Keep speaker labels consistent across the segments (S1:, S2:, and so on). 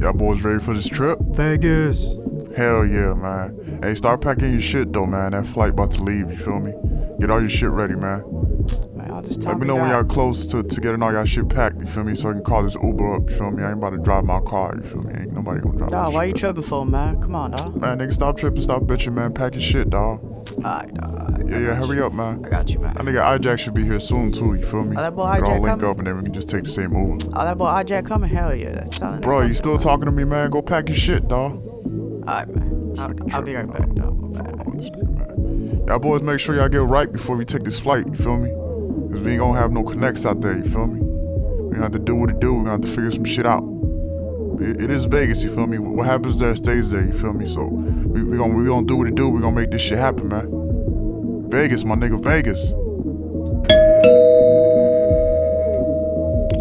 S1: Y'all boys ready for this trip?
S2: Vegas.
S1: Hell yeah, man. Hey, start packing your shit though, man. That flight about to leave, you feel me? Get all your shit ready, man.
S3: Man, I'll just tell
S1: Let me know when y'all close to, to getting all y'all shit packed, you feel me? So I can call this Uber up, you feel me? I ain't about to drive my car, you feel me? Ain't nobody gonna drive my
S3: Dog, why you
S1: shit.
S3: tripping for, man? Come on, dog.
S1: Man, nigga, stop tripping, stop bitching, man. Pack your shit, dog.
S3: Alright, dog. I
S1: Yeah, yeah,
S3: got
S1: hurry
S3: you.
S1: up, man.
S3: I got you,
S1: That
S3: man.
S1: nigga IJack should be here soon, too, you feel me?
S3: Oh, that boy
S1: we could all
S3: IJack
S1: link
S3: coming?
S1: up and then we can just take the same Uber.
S3: Oh, that boy IJ coming? Hell yeah. That's telling
S1: Bro, you still talking to me, man? Go pack your shit, dog.
S3: Alright, man. I'll,
S1: Second
S3: I'll be
S1: trip,
S3: right back, dog. My bad.
S1: Y'all boys make sure y'all get right before we take this flight, you feel me? Cause we ain't gonna have no connects out there, you feel me? We gonna have to do what it do, we gonna have to figure some shit out. It, it is Vegas, you feel me? What happens there stays there, you feel me? So we, we gonna we gonna do what it do, we gonna make this shit happen, man. Vegas, my nigga, Vegas.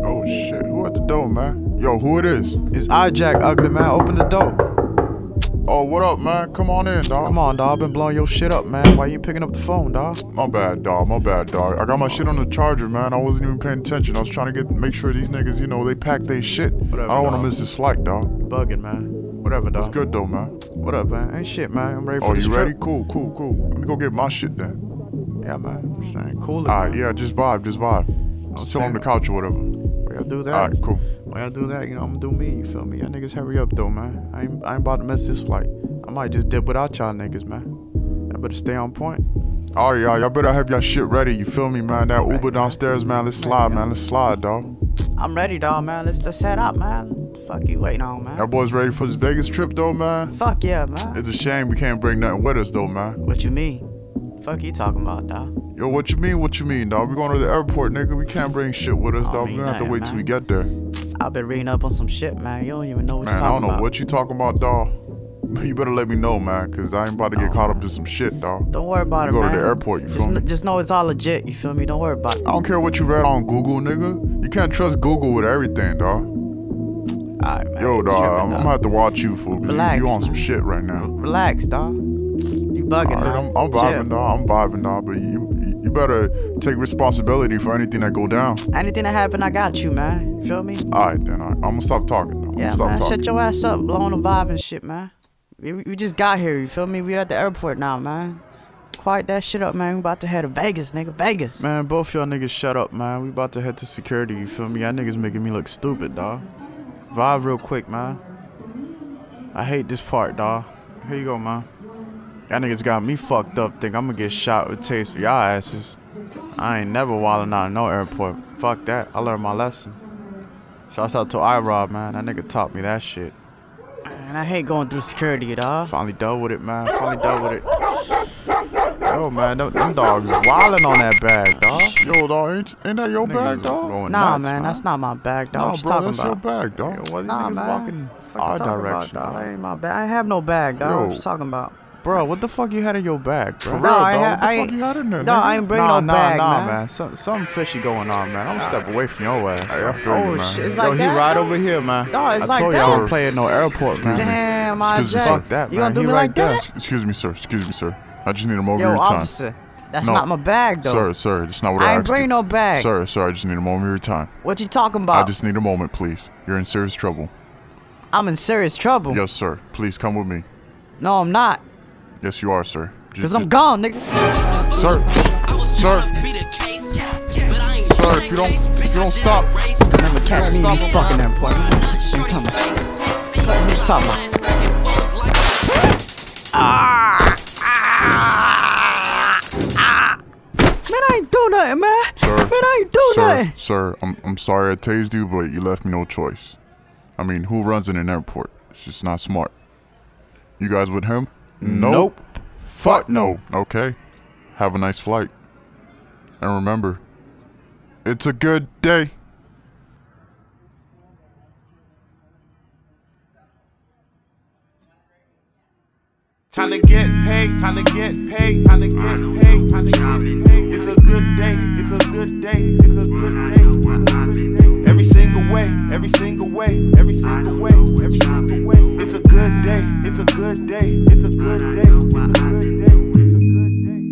S1: Oh shit, who at the door, man? Yo, who it is?
S2: It's iJack, ugly man. Open the door.
S1: Oh, what up, man? Come on in, dog.
S2: Come on, dawg. I've been blowing your shit up, man. Why you ain't picking up the phone, dawg?
S1: My bad, dog. My bad, dog. I got my shit on the charger, man. I wasn't even paying attention. I was trying to get make sure these niggas, you know, they pack their shit.
S2: Whatever,
S1: I don't want to
S2: dawg.
S1: miss this flight, dog.
S2: You bugging, man. Whatever, dawg.
S1: It's good though, man.
S2: What up, man? Ain't shit, man. I'm ready for
S1: Oh,
S2: this
S1: you ready?
S2: trip.
S1: Cool, cool, cool. Let me go get my shit then.
S2: Yeah, man. I'm saying, cool it,
S1: All right,
S2: man.
S1: yeah, just vibe, just vibe. Just chill on
S2: saying-
S1: the couch or whatever.
S2: When y'all do that,
S1: All right, cool.
S2: when y'all do that, you know, I'm gonna do me. You feel me? Y'all niggas hurry up, though, man. I ain't, I ain't about to miss this flight. I might just dip without y'all niggas, man. Y'all better stay on point.
S1: All right, y'all. Y'all better have y'all shit ready. You feel me, man? That Uber downstairs, man. Let's slide, man. Let's slide, dog.
S3: I'm ready, dog, man. Let's let's head out, man. Fuck you waiting on, man.
S1: Y'all boys ready for this Vegas trip though, man?
S3: Fuck yeah, man.
S1: It's a shame we can't bring nothing with us though, man.
S3: What you mean? Fuck you talking about, dog?
S1: Yo, what you mean? What you mean, dog? We going to the airport, nigga. We can't bring shit with us,
S3: I
S1: dog.
S3: mean
S1: We gonna have to
S3: nothing,
S1: wait till we
S3: man.
S1: get there. Man,
S3: I've been reading up on some shit, man. You don't even know what
S1: I
S3: you're talking
S1: don't know
S3: about.
S1: what you talking about, dog. You better let me know, man, cause I ain't about to get
S3: No,
S1: caught up
S3: Oh, man.
S1: to some shit, dog.
S3: Don't worry about
S1: You
S3: it,
S1: go to
S3: man.
S1: the airport, you
S3: just,
S1: feel me?
S3: kn- Just know it's all legit. You feel me? Don't worry about it.
S1: I don't care what you read on Google, nigga. You can't trust Google with everything, dog.
S3: All right, man.
S1: Yo,
S3: You
S1: dog,
S3: tripping,
S1: I'm,
S3: dawg.
S1: I'm gonna have to watch you, fool. 'cause you-
S3: Relax,
S1: you on some
S3: man.
S1: shit right now.
S3: Relax, dog. You bugging,
S1: Alright, I'm,
S3: dog.
S1: I'm vibing,
S3: Chill.
S1: dog. I'm vibing, dog. But you, you- you better take responsibility for anything that go down.
S3: Anything that happen, I got you, man. You feel me?
S1: All right, then. All right. I'm gonna stop talking. Dog.
S3: Yeah,
S1: I'm gonna stop
S3: man.
S1: talking.
S3: Shut your ass up, blowing the vibe and shit, man. We, we just got here. You feel me? We at the airport now, man. Quiet that shit up, man. We about to head to Vegas, nigga. Vegas.
S2: Man, both y'all niggas shut up, man. We about to head to security, you feel me? Y'all niggas making me look stupid, dawg. Vibe real quick, man. I hate this part, dawg. Here you go, man. Y'all niggas got me fucked up, think I'ma get shot with taste for y'all asses. I ain't never wildin' out in no airport. Fuck that. I learned my lesson. Shouts out to iRob, man. That nigga taught me that shit.
S3: And I hate going through security, dog.
S2: Finally done with it, man. Finally done with it. Yo, man, them, them dogs wildin' on that bag, dog.
S1: Yo, dog, ain't, ain't that your bag, dog?
S3: Nah, man, that's not my bag, dog.
S1: Nah,
S3: what you
S1: bro,
S3: talking
S1: that's
S3: about?
S1: your bag, dog.
S2: Yo, what
S3: Nah,
S2: niggas
S3: man.
S2: walking
S3: Fuck you
S2: our
S3: talking about,
S2: direction,
S3: dawg?
S2: dog.
S3: That ain't my bag. I have no bag, dog.
S1: Yo.
S3: What you talking about?
S2: Bro, what the fuck you had in your bag, bro?
S1: real,
S3: I
S1: dawg.
S3: ha-
S1: What the
S3: I
S1: fuck
S3: ain't-
S1: you got in there,
S3: dawg,
S1: nigga?
S3: I ain't bring no
S2: nah, nah,
S3: bag,
S2: nah,
S3: man.
S2: Some, something fishy going on, man. I'm gonna step away from your ass.
S1: Hey, I feel
S3: Oh,
S1: you, man.
S3: shit. It's
S2: Yo,
S3: like
S2: he
S3: that?
S2: right over here, man.
S3: Dawg, it's
S2: I
S3: like
S2: told
S3: that?
S2: y'all I don't play at no airport, man.
S3: Damn,
S1: Excuse me,
S3: IJ.
S1: sir.
S2: Fuck that,
S3: you
S2: man.
S3: gonna do
S2: He
S3: me
S2: right
S3: like
S2: there.
S3: that?
S1: Excuse me, sir. Excuse me, sir. I just need a moment
S3: Yo,
S1: of your time.
S3: officer, that's
S1: No.
S3: not my bag, though.
S1: Sir, sir, that's not what I,
S3: I ain't
S1: asked
S3: bring
S1: you.
S3: no bag.
S1: Sir, sir, I just need a moment of your time.
S3: What you talking
S1: I
S3: about?
S1: just need a moment, please. You're in serious trouble.
S3: I'm in serious trouble.
S1: Yes, sir. Please come with me.
S3: No, I'm not.
S1: Yes, you are, sir.
S3: Because
S1: Just,
S3: I'm gone, nigga.
S1: Sir. Sir. Sir,
S4: Sir,
S1: if you don't- if you don't stop-
S3: Never catch me in these fucking airport. What you talking about? What you talking about? Man, I ain't do nothing, man.
S1: sir,
S3: Man, I ain't
S2: Oh,
S3: do
S1: sir,
S3: nothing.
S1: Sir, I'm, I'm sorry I tased you, but you left me no choice. I mean, who runs in an airport? It's just not smart. You guys with him?
S2: Nope. Fuck no.
S1: Okay. Have a nice flight. And remember, it's a good day.
S5: Time to get paid, time to get paid, time to get paid, time to get paid. It's a good day, it's a good day, it's a good day. It's a good day. Every single way, every single way, every single way, every single way. It's a good day, it's a good day, it's a good day, it's a good day, it's a good day.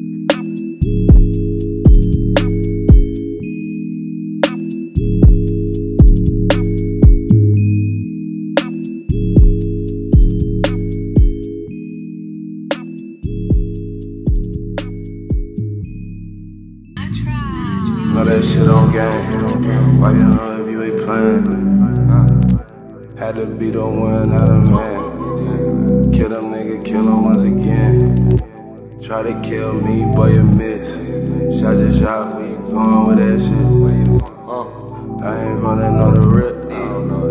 S4: Why you know if you ain't playing? Had to be the one, not a man. Kill them nigga, kill them once again. Try to kill me, boy, you miss. Shot your shot, where you going with that shit? Where you I ain't running on the rip. I don't know.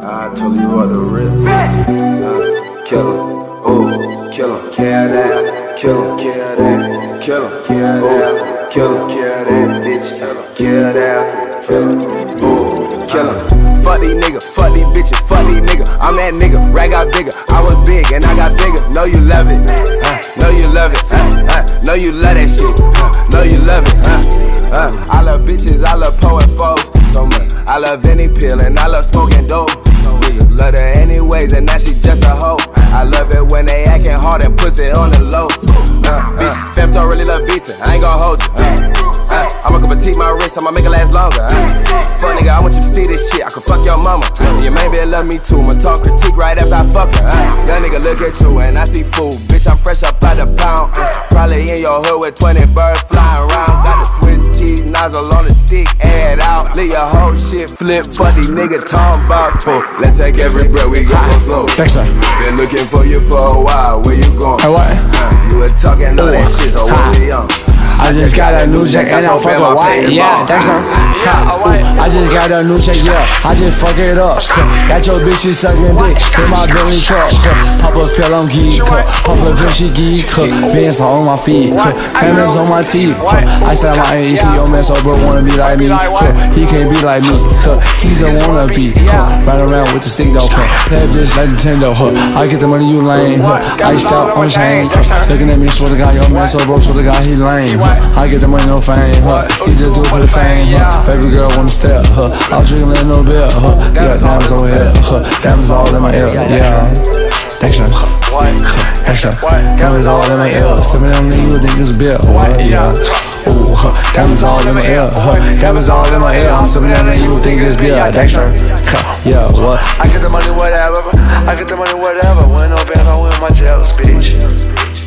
S4: I told you what the rip. Uh, Kill him, ooh, kill him, kill that, kill him, kill that, kill him, kill that, kill him, Oh, kill that, bitch, kill him, kill that, kill him, ooh, kill him.
S6: Fuck these niggas, fuck these bitches, fuck these niggas. I'm that nigga, rag got bigger. I was big and I got bigger. No, you love it. Uh, no, you love it. Uh, uh, no, you love that shit. Uh, no, you love it. Uh, uh, I love bitches, I love poet foes so much. I love any pill and I love smoking dope. Nigga, Love her anyways, and now she just a hoe. I love it when they acting hard and puts it on the low. Uh, bitch, Femto really love beefing. I ain't gon' hold you. Uh, uh, I'ma petite my wrist, I'ma make it last longer. Uh. Fuck nigga, I want you to see this shit. I could fuck your mama. Your main bitch love me too. I'ma talk critique right after I fuck her. Uh. Young nigga, look at you and I see food. Bitch, I'm fresh up out the pound. Uh. Probably in your hood with 20 birds flying around. Got the Swiss cheese nozzle on the stick, add out. Leave your whole shit flip. Fuck these nigga, talking about talk. Let's take every breath, we go slow.
S7: Thanks, sir.
S6: Been looking for you for a while. Where you going?
S7: Hey, what?
S6: Uh, you were talking all that shit, so what we on?
S7: I just got a new check and I fuck a white. Yeah, thanks, sir. I just got a new check, yeah. I just fuck it up. Got your bitch, she sucking dick. Hit my belly truck. Pop a pill, I'm geek. Pop a pill, she geek. Vans on my feet. Hammers on my teeth. I said my AET, yo man, so bro wanna be like me. He can't be like me. He's a wannabe. Ride around with the stick though. Play a bitch like Nintendo. I get the money, you lame. Iced out on chain. Looking at me, swear to God, yo man, so bro, swear to God, he lame. I get the money, no fame. He just do it for the fame. Baby girl wanna step. I was drinking, let no bill. Yeah, diamonds over here. Diamonds all in my ear. Yeah. Thanks, man. Extra, diamonds all in my ear. Some of them niggas think it's bill. Yeah. Ooh, huh, diamonds all in my ear, huh, diamonds all in my ear. I'm some damn that you think is beer, Dexter. Huh, Yeah, what?
S4: I get the money, whatever. I get the money, whatever. Win no bands, I win my jealous, bitch.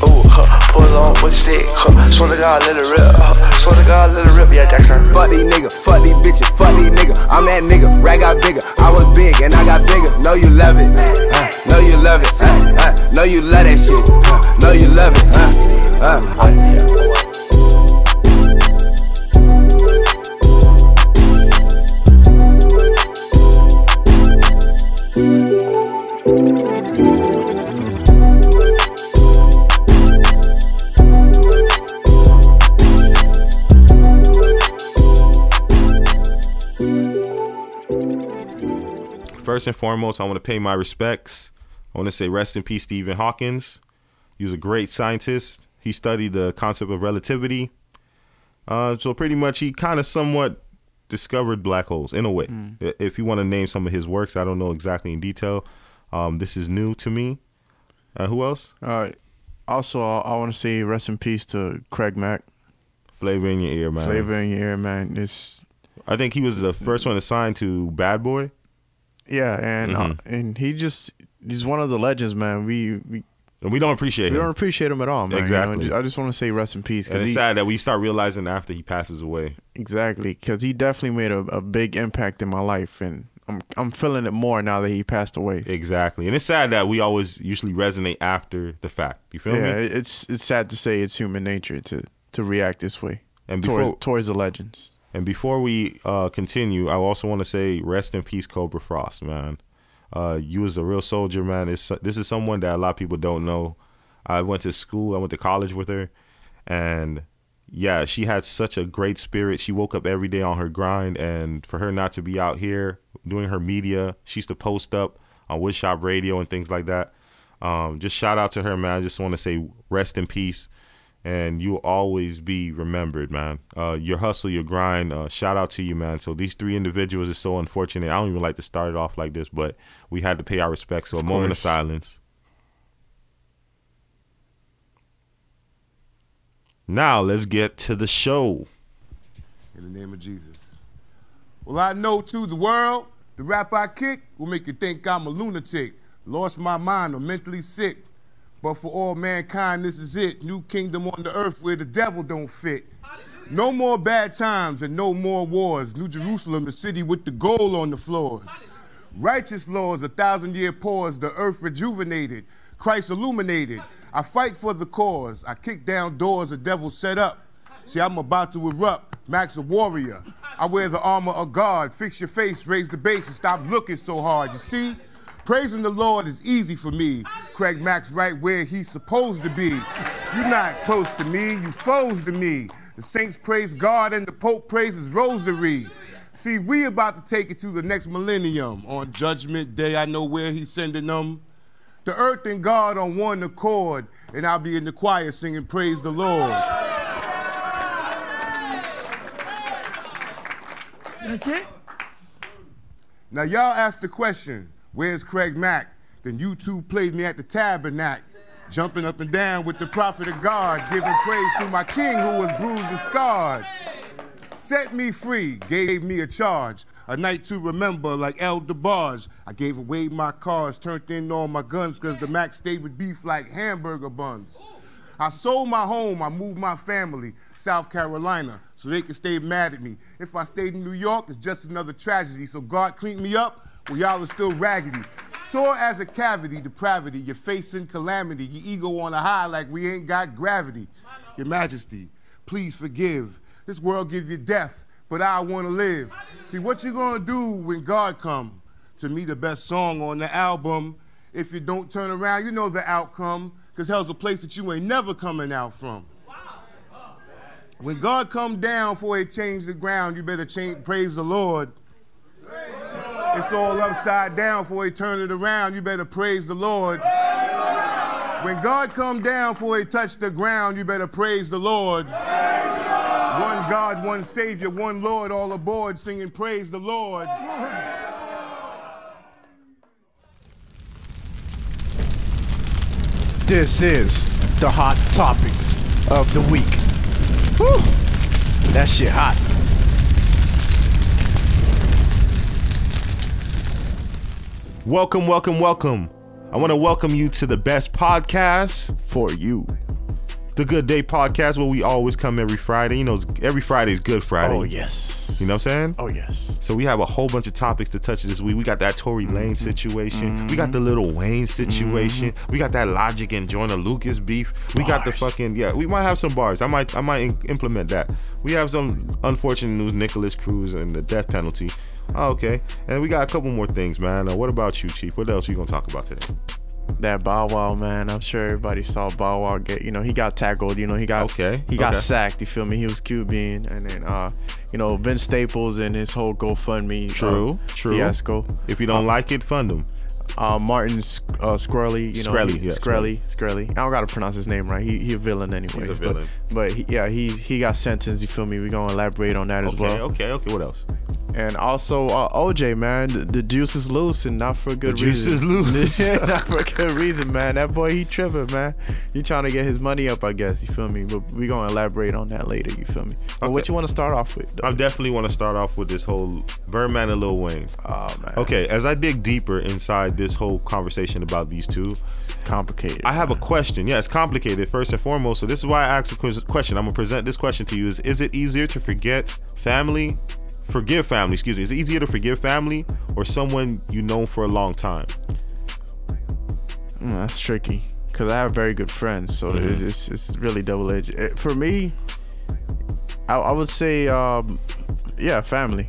S4: Ooh, huh, pull on with stick. Huh, swear to God, let it rip. Huh, swear to God, let it rip. Yeah, Dexter.
S6: Fuck these niggas, fuck these bitches, fuck these niggas. I'm that nigga, rag got bigger. I was big and I got bigger. No, you love it. Uh, no, you love it. Uh, uh, no, you love that shit. Uh, no, you love it. Uh, uh, I-
S8: First and foremost, I want to pay my respects. I want to say rest in peace, Stephen Hawkins. He was a great scientist. He studied the concept of relativity. Uh, so pretty much, he kind of somewhat discovered black holes in a way.
S2: Mm.
S8: I- If you want to name some of his works, I don't know exactly in detail. Um, this is new to me. Uh, who else?
S2: All right. Also, I, I want to say rest in peace to Craig Mack.
S8: Flavor in your ear, man.
S2: Flavor in your ear, man. This,
S8: I think he was the first one assigned to Bad Boy.
S2: yeah, and uh, and he just he's one of the legends, man. We we,
S8: And we don't appreciate
S2: we
S8: him.
S2: don't appreciate him at all, man. you know?
S8: Exactly.
S2: Ju- I just want to say rest in peace. 'cause
S8: and it's
S2: he,
S8: sad that we start realizing after he passes away.
S2: Exactly, because he definitely made a, a big impact in my life, and I'm I'm feeling it more now that he passed away.
S8: Exactly. And it's sad that we always usually resonate after the fact. You feel
S2: yeah,
S8: me?
S2: it- it's it's sad to say it's human nature to to react this way
S8: And before-
S2: toward, towards the legends.
S8: And before we uh, continue, I also want to say rest in peace, Cobra Frost, man. Uh, you was a real soldier, man. It's, this is someone that a lot of people don't know. I went to school, I went to college with her, and yeah, she had such a great spirit. She woke up every day on her grind, and for her not to be out here doing her media, she used to post up on Woodshop Radio and things like that. Um, just shout out to her, man. I just want to say rest in peace and you'll always be remembered, man. Uh, your hustle, your grind. Uh, shout out to you, man. So these three individuals is so unfortunate. I don't even like to start it off like this, but we had to pay our respects. So a moment of
S2: course.
S8: silence. Now let's get to the show.
S5: In the name of Jesus. Well, I know to the world, the rap I kick will make you think I'm a lunatic, lost my mind or mentally sick. But for all mankind, this is it. New kingdom on the earth where the devil don't fit.
S9: No more bad times and no more wars. New Jerusalem, the city with the gold on the floors. Righteous laws, a thousand year pause, the earth rejuvenated, Christ illuminated. I fight for the cause. I kick down doors the devil set up. See, I'm about to erupt. Max a warrior. I wear the armor of God. Fix your face, raise the bass, and stop looking so hard. You see? Praising the Lord is easy for me. Craig Max right where he's supposed to be. You're not close to me, you foes to me. The saints praise God and the Pope praises rosary. See, we about to take it to the next millennium. On judgment day, I know where he's sending them. The earth and God on one accord, and I'll be in the choir singing praise the Lord.
S10: That's it?
S9: Now y'all asked the question, where's Craig Mack? Then you two played me at the tabernacle, jumping up and down with the prophet of God, giving praise to my king who was bruised and scarred. Set me free, gave me a charge, a night to remember like El DeBarge. I gave away my cars, turned in all my guns, cause the Mac stayed with beef like hamburger buns. I sold my home, I moved my family, South Carolina, so they could stay mad at me. If I stayed in New York, it's just another tragedy. So God cleaned me up, well, y'all are still raggedy. Sore as a cavity, depravity, you're facing calamity, your ego on a high like we ain't got gravity. Your Majesty, please forgive. This world gives you death, but I wanna live. See what you gonna do when God come? To me, the best song on the album. If you don't turn around, you know the outcome. Cause hell's a place that you ain't never coming out from. When God come down for it change the ground, you better change, praise the Lord. It's all upside down for it turn it around, you better praise the Lord. When God come down for it touch the ground, you better praise the Lord. One God, one Savior, one Lord, all aboard singing praise the Lord.
S2: This is the hot topics of the week. Whew, that shit hot.
S8: Welcome, welcome, welcome. I want to welcome you to the best podcast for you. The Good Day Podcast, where we always come every Friday. You know, it's- every Friday is Good Friday.
S2: Oh yes.
S8: You know what I'm saying?
S2: Oh yes.
S8: So we have a whole bunch of topics to touch this week. We got that Tory
S2: Mm-hmm.
S8: Lane situation. We got the Little Wayne situation. We got that Logic and Joyner Lucas beef. We got the
S2: Bars.
S8: fucking yeah. We might have some bars. I might I might in- implement that. We have some unfortunate news: Nicholas Cruz and the death penalty. Oh, okay, and we got a couple more things, man. Uh, what about you, Chief? What else you gonna talk about today?
S2: That Bow Wow man, I'm sure everybody saw Bow Wow get. You know, he got tackled. You know, he got
S8: Okay,
S2: He got
S8: okay.
S2: sacked. You feel me? He was QBing, and then uh, you know, Vince Staples and his whole GoFundMe. uh,
S8: True, true.
S2: Fiasco.
S8: If you don't like it, fund them.
S2: Uh, Martin Sc- uh, Scully. You know,
S8: Scully,
S2: he-
S8: yeah,
S2: Scully, Scully. I don't gotta pronounce his name right. He he a villain anyway.
S8: He's a villain.
S2: But, but he, yeah, he he got sentenced. You feel me? We gonna elaborate on that as
S8: Okay,
S2: well.
S8: okay, okay. What else?
S2: And also, uh, OJ, man, the, the juice is loose and not for a good
S8: The juice
S2: reason.
S8: is loose.
S2: Yeah, not for a good reason, man. That boy, he tripping, man. He trying to get his money up, I guess. You feel me? But we going to elaborate on that later. You feel me? But what
S8: Okay.
S2: you want to start off with, though?
S8: I definitely want to start off with this whole Birdman and Lil Wayne.
S2: Oh, man.
S8: Okay, as I dig deeper inside this whole conversation about these two,
S2: Complicated.
S8: I have a question. Yeah, it's complicated first and foremost. So this is why I asked a quiz- question. I'm gonna present this question to you: Is is it easier to forget family, forgive family? Excuse me. Is it easier to forgive family or someone you know for a long time?
S2: Mm, that's tricky. Because I have very good friends. So it's, it's, it's really double edged. For me, I, I would say, um, yeah, family.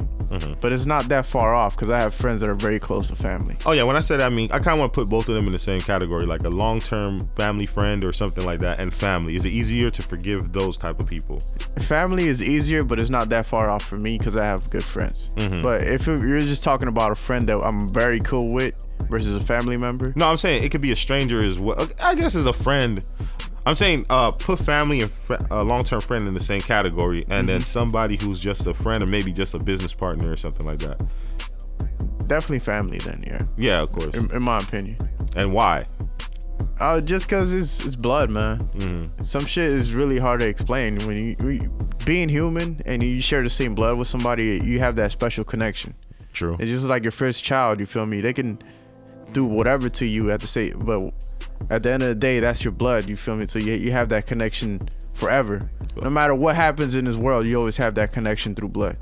S2: But it's not that far off because I have friends that are very close to family.
S8: Oh yeah, when I said that, I mean I kind of want to put both of them in the same category, like a long-term family friend or something like that, and family. Is it easier to forgive those type of people?
S2: family is easier, but it's not that far off for me because I have good friends. But if you're just talking about a friend that I'm very cool with versus a family member,
S8: No, I'm saying it could be a stranger as well. I guess as a friend. I'm saying uh, put family and fr- a long-term friend in the same category, and then
S2: Mm-hmm.
S8: somebody who's just a friend or maybe just a business partner or something like that.
S2: definitely family then, yeah,
S8: Yeah, of course.
S2: in, in my opinion.
S8: And why?
S2: Uh, just because it's, it's blood, man.
S8: Mm-hmm.
S2: Some shit is really hard to explain. When you, when you being human and you share the same blood with somebody, you have that special connection.
S8: True.
S2: It's just like your first child. You feel me? They can do whatever to you at the same, but at the end of the day, that's your blood. You feel me? So you you have that connection forever. No matter what happens in this world, you always have that connection through blood.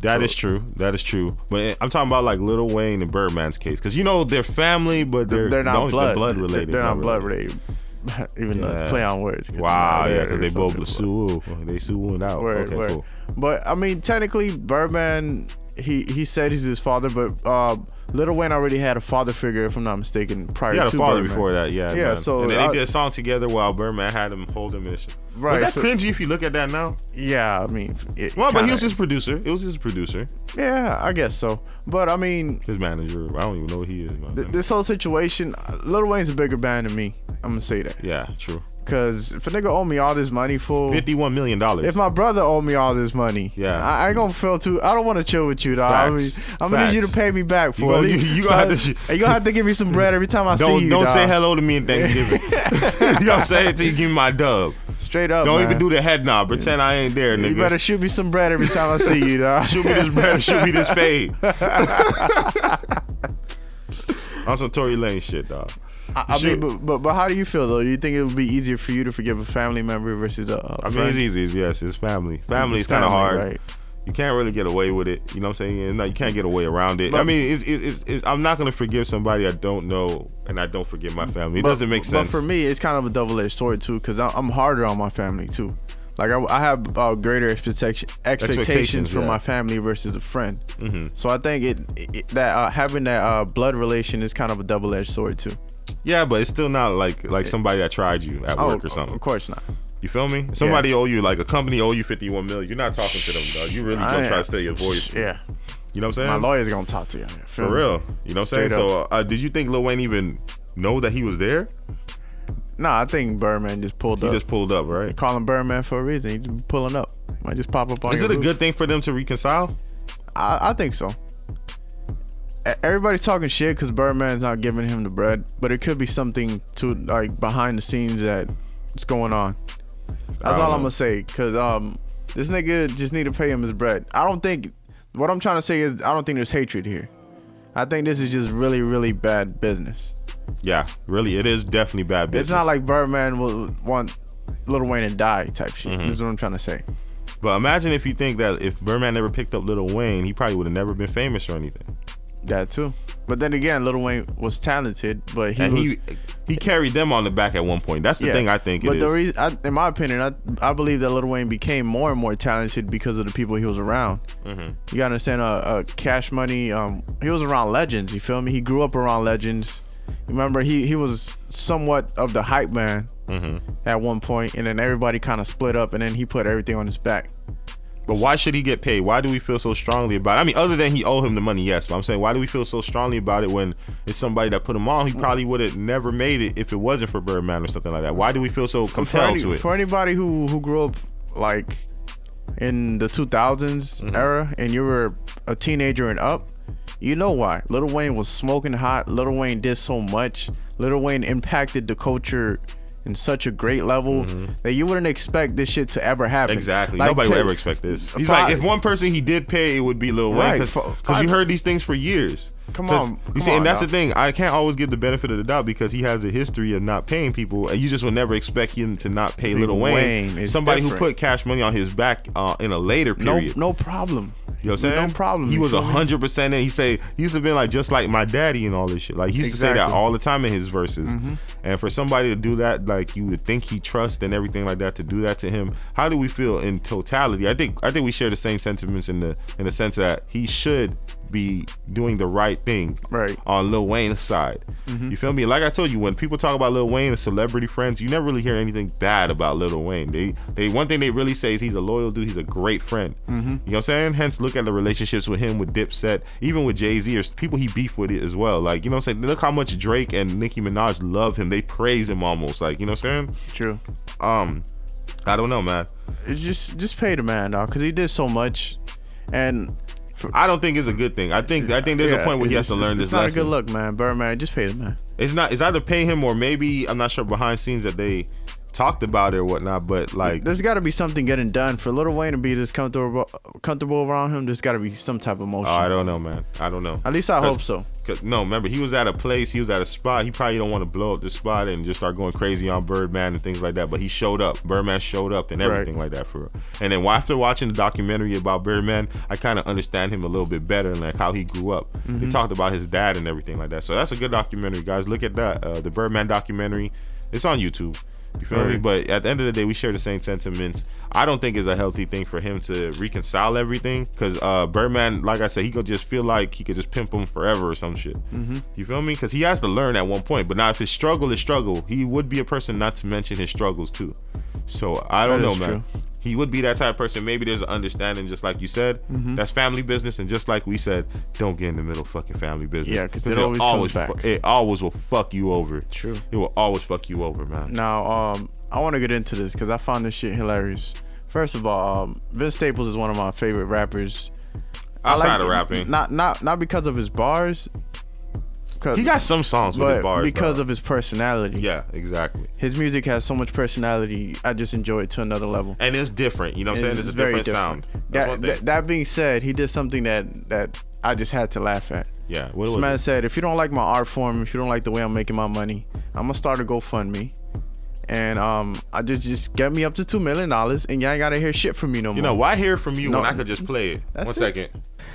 S8: That is true. That is true. But I'm talking about like Little Wayne and Birdman's case, because you know they're family, but they're
S2: They're not
S8: don't-
S2: blood. They're-
S8: related.
S2: They're not blood related. Even though
S8: Yeah.
S2: it's play on words.
S8: Wow, yeah, because
S2: it's
S8: they
S2: something
S8: both
S2: blood.
S8: sue. They suing out.
S2: Word,
S8: okay,
S2: word.
S8: cool.
S2: But I mean, technically, Birdman, he he said he's his father, but uh, Little Wayne already had a father figure, if I'm not mistaken, prior
S8: He had a
S2: to
S8: father
S2: Birdman.
S8: before that, yeah.
S2: Yeah,
S8: man.
S2: so
S8: and then
S2: I-
S8: they did a song together while Birdman had him hold him. And shit.
S2: Right,
S8: Was that
S2: so-
S8: cringy if you look at that now?
S2: Yeah, I mean, it
S8: Well, but he
S2: kinda-
S8: was his producer. It was his producer,
S2: yeah, I guess so. But I mean,
S8: his manager. I don't even know what he is. Man.
S2: th- this whole situation, uh, Lil Wayne's a bigger band than me. I'm gonna say that
S8: yeah, true.
S2: because if a nigga owe me all this money, fool.
S8: Fifty-one million dollars.
S2: if my brother owe me all this money,
S8: Yeah.
S2: I, I ain't gonna feel too. I don't want to chill with you, dog. I
S8: Facts.
S2: am gonna need you to
S8: Facts.
S2: pay me back for
S8: gonna-
S2: it.
S8: you- you gonna have to-
S2: you gonna have to give me some bread every time I
S8: don't
S2: see you.
S8: don't say
S2: dawg.
S8: hello to me in Thanksgiving. you don't say it till you give me my dub.
S2: Straight up.
S8: Don't
S2: man.
S8: even do the head nod. Pretend I ain't there, nigga.
S2: You better shoot me some bread every time I see you, dog.
S8: shoot me this bread. or Shoot me this fade. On some Tory Lane shit, dog.
S2: I, I mean,
S8: shoot.
S2: but, but but how do you feel though? Do you think it would be easier for you to forgive a family member versus a, a
S8: I mean,
S2: friend?
S8: it's easy. it's- Yes, it's family. Family
S2: It's
S8: is kind of
S2: family,
S8: hard.
S2: right.
S8: You can't really get away with it. You know what I'm saying? No, you can't get away around it. I mean, it's, it's, it's, it's, I'm not gonna forgive somebody I don't know, and I don't forgive my family. It doesn't make sense.
S2: But for me, it's kind of a double-edged sword too, because I'm harder on my family too. Like I, I have uh, greater expectation, expectations,
S8: Expectations,
S2: from
S8: yeah. Mm-hmm.
S2: my family versus a friend. So I think it, it that uh, having that uh, blood relation is kind of a double-edged sword too.
S8: yeah, but it's still not like like somebody that tried you at work or something.
S2: Oh, of course not.
S8: You feel me? Somebody owe you like a company owe you 51 million. You're not talking to them, dog. You really
S2: I
S8: gonna
S2: am-
S8: try to stay your voice.
S2: Yeah,
S8: You know what I'm
S2: my
S8: saying?
S2: lawyer's gonna talk to you
S8: For real. You know what I'm
S2: Straight
S8: saying? So, uh, did you think Lil Wayne even know that he was there?
S2: Nah, I think Birdman just pulled
S8: He
S2: up.
S8: just pulled up, right?
S2: Call him Birdman for a reason. He's just pulling up. Might just pop up on
S8: Is
S2: your
S8: it a
S2: roof.
S8: good thing for them to reconcile?
S2: I, I think so. E- Everybody's talking shit because Birdman's not giving him the bread, but it could be something to like behind the scenes that's going on. That's
S8: don't
S2: all
S8: know.
S2: I'm gonna say. Cause um, this nigga just need to pay him his bread. I don't think. What I'm trying to say is, I don't think there's hatred here. I think this is just really, really bad business.
S8: Yeah, really, it is definitely bad business.
S2: It's not like Birdman will want Little Wayne to die type
S8: Mm-hmm.
S2: shit. This is what I'm trying to say.
S8: But imagine if you think that if Birdman never picked up Lil Wayne, he probably would have never been famous or anything.
S2: That too. But then again, Little Wayne was talented, but he
S8: and
S2: was,
S8: he he carried them on the back at one point. That's the thing I think. it
S2: But the
S8: is.
S2: reason, I, in my opinion, I I believe that Lil Wayne became more and more talented because of the people he was around.
S8: Mm-hmm.
S2: You gotta understand, uh, uh, Cash Money, um, he was around legends. You feel me? He grew up around legends. Remember, he he was somewhat of the hype man
S8: Mm-hmm.
S2: at one point, and then everybody kind of split up, and then he put everything on his back.
S8: but why should he get paid? Why do we feel so strongly about? it? I mean, other than he owed him the money, yes. But I'm saying, why do we feel so strongly about it when it's somebody that put him on? He probably would have never made it if it wasn't for Birdman or something like that. Why do we feel so
S2: for,
S8: compelled
S2: any,
S8: to it?
S2: for anybody who who grew up like in the 2000s
S8: Mm-hmm.
S2: era and you were a teenager and up you know why little wayne was smoking hot little wayne did so much little wayne impacted the culture in such a great level that you wouldn't expect this shit to ever happen
S8: Mm-hmm. Exactly.
S2: Like,
S8: Nobody
S2: to-
S8: would ever expect this. He's
S2: Fi-
S8: like, if one person he did pay, it would be Lil Wayne
S2: Right.
S8: because
S2: Fi-
S8: you heard these things for years.
S2: Come
S8: 'Cause-
S2: on,
S8: You
S2: come
S8: see,
S2: on
S8: and that's
S2: now.
S8: the thing. I can't always give the benefit of the doubt because he has a history of not paying people, and you just would never expect him to not pay Lil Wayne.
S2: Wayne is
S8: somebody who
S2: different.
S8: put cash money on his back uh, in a later
S2: no
S8: period.
S2: no problem
S8: You know what I'm saying?
S2: no problem
S8: He
S2: you
S8: was
S2: feel me?
S8: hundred percent in. He say he used to be like just like my daddy and all this shit. Like he used to say that
S2: Exactly. Mm-hmm.
S8: all the time in his verses. And for somebody to do that, like you would think he trusts and everything like that to do that to him. How do we feel in totality? I think I think we share the same sentiments in the in the sense that he should be doing the right thing
S2: Right.
S8: on Lil Wayne's side.
S2: Mm-hmm.
S8: You feel me? Like I told you, when people talk about Lil Wayne and celebrity friends, you never really hear anything bad about Lil Wayne. They they one thing they really say is he's a loyal dude, he's a great friend.
S2: Mm-hmm.
S8: You know what I'm saying? Hence look at the relationships with him, with Dipset, even with Jay-Z or people he beef with it as well. Like, you know what I'm saying? Look how much Drake and Nicki Minaj love him. They praise him almost. Like, you know what I'm saying?
S2: true
S8: Um, I don't know, man.
S2: it's just just pay the man dog because he did so much and
S8: I don't think it's a good thing. I think I think there's a
S2: yeah,
S8: point where he has
S2: it's-
S8: to
S2: it's-
S8: learn
S2: it's
S8: this
S2: not
S8: lesson.
S2: a good look man birdman just pay the man
S8: It's not. It's either pay him or maybe I'm not sure behind scenes that they talked about it or whatnot, but like
S2: There's got to be something getting done for Little Wayne to be this comfortable comfortable around him. There's got to be some type of motion.
S8: oh, I don't know, man. I don't know.
S2: At least I
S8: 'Cause-
S2: hope so.
S8: 'cause- No, remember he was at a place, he was at a spot. He probably don't want to blow up the spot and just start going crazy on Birdman and things like that. But he showed up. Birdman showed up and everything like that for real. And then after watching the documentary about Birdman, I kind of understand him a little bit better and like how he grew up.
S2: Mm-hmm.
S8: They talked about his dad and everything like that. So that's a good documentary, guys. Look at that, uh, the Birdman documentary. It's on YouTube. You feel me? But at the end of the day, we share the same sentiments. I don't think it's a healthy thing for him to reconcile everything because uh, Birdman, like I said, he could just feel like he could just pimp him forever or some shit.
S2: Mm-hmm.
S8: You feel me? Because he has to learn at one point. But now, if his struggle is struggle, he would be a person not to mention his struggles too. So I don't
S2: That
S8: know,
S2: is
S8: man.
S2: true.
S8: He would be that type of person. Maybe there's an understanding, just like you said.
S2: Mm-hmm.
S8: That's family business, and just like we said, don't get in the middle of fucking family business.
S2: Yeah, 'cause it always comes back.
S8: fu- it always will fuck you over.
S2: True.
S8: It will always fuck you over, man.
S2: Now, um, I want to get into this because I found this shit hilarious. First of all, um, Vince Staples is one of my favorite rappers. I
S8: Outside
S2: like-
S8: of rapping,
S2: not not not because of his bars. 'cause-
S8: He got some songs with
S2: but
S8: his bars.
S2: because
S8: though.
S2: of his personality.
S8: yeah, exactly.
S2: his music has so much personality. I just enjoy it to another level.
S8: And it's different. You know what I'm saying? It's, a different, sound. That's
S2: That,
S8: one thing.
S2: that that being said, he did something that that I just had to laugh at.
S8: yeah. What
S2: This
S8: was
S2: man
S8: it?
S2: said, if you don't like my art form, if you don't like the way I'm making my money, I'm gonna start a GoFundMe. And um, I just just get me up to two million dollars, and y'all ain't gotta hear shit from me no more.
S8: You know, why hear from you
S2: No.
S8: when I could just play it? One
S2: it.
S8: second.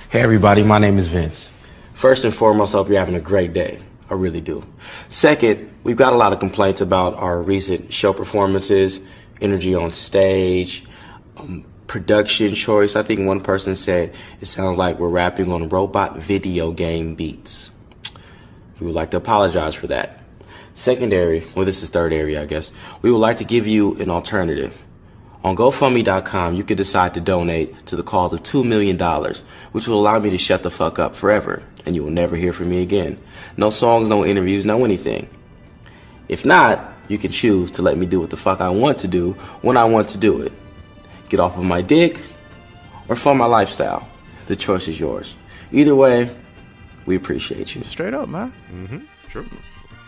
S10: Hey everybody, my name is Vince. First and foremost, I hope you're having a great day. I really do. Second, we've got a lot of complaints about our recent show performances, energy on stage, um, production choice. I think one person said it sounds like we're rapping on robot video game beats. We would like to apologize for that. Secondary, well, this is third area, I guess. We would like to give you an alternative. On GoFundMe.com, um, you can decide to donate to the cause of $2 million, which will allow me to shut the fuck up forever, and you will never hear from me again. No songs, no interviews, no anything. If not, you can choose to let me do what the fuck I want to do when I want to do it. Get off of my dick or fund my lifestyle. The choice is yours. Either way, we appreciate you.
S2: straight up, man.
S8: Sure.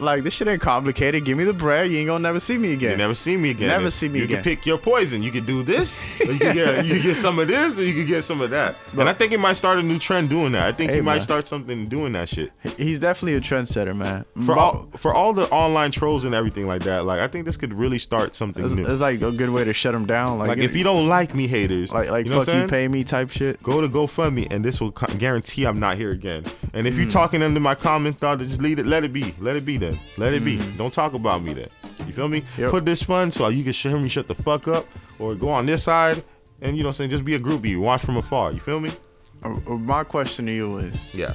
S2: Like this shit ain't complicated. Give me the bread. You ain't gonna never see me
S8: You
S2: again.
S8: never see me again.
S2: Never see me
S8: you
S2: again.
S8: can pick your poison. You can do this. Or you, can get, you can get some of this, or you can get some of that. and I think it might start a new trend doing that. I think
S2: Hey,
S8: he might
S2: man.
S8: start something doing that shit.
S2: He's definitely a trendsetter, man.
S8: For all for all the online trolls and everything like that, like I think this could really start something
S2: it's,
S8: new.
S2: it's like a good way to shut him down. Like,
S8: like if you don't like me, haters,
S2: like like
S8: you know what
S2: fuck
S8: I'm
S2: you, pay
S8: saying?
S2: me type shit.
S8: go to GoFundMe, and this will co- guarantee I'm not here again. And
S2: Hmm.
S8: if you're talking under my comments, dog, just leave it. Let it be. Let it be then. Let it be. Don't talk about me then. You feel me?
S2: Hmm. Yep.
S8: Put this fund so you can sh- hear me shut the fuck up, or go on this side, and you know, what I'm saying just be a groupie. Watch from afar. You feel me?
S2: Uh, uh, My question to you is,
S8: Yeah.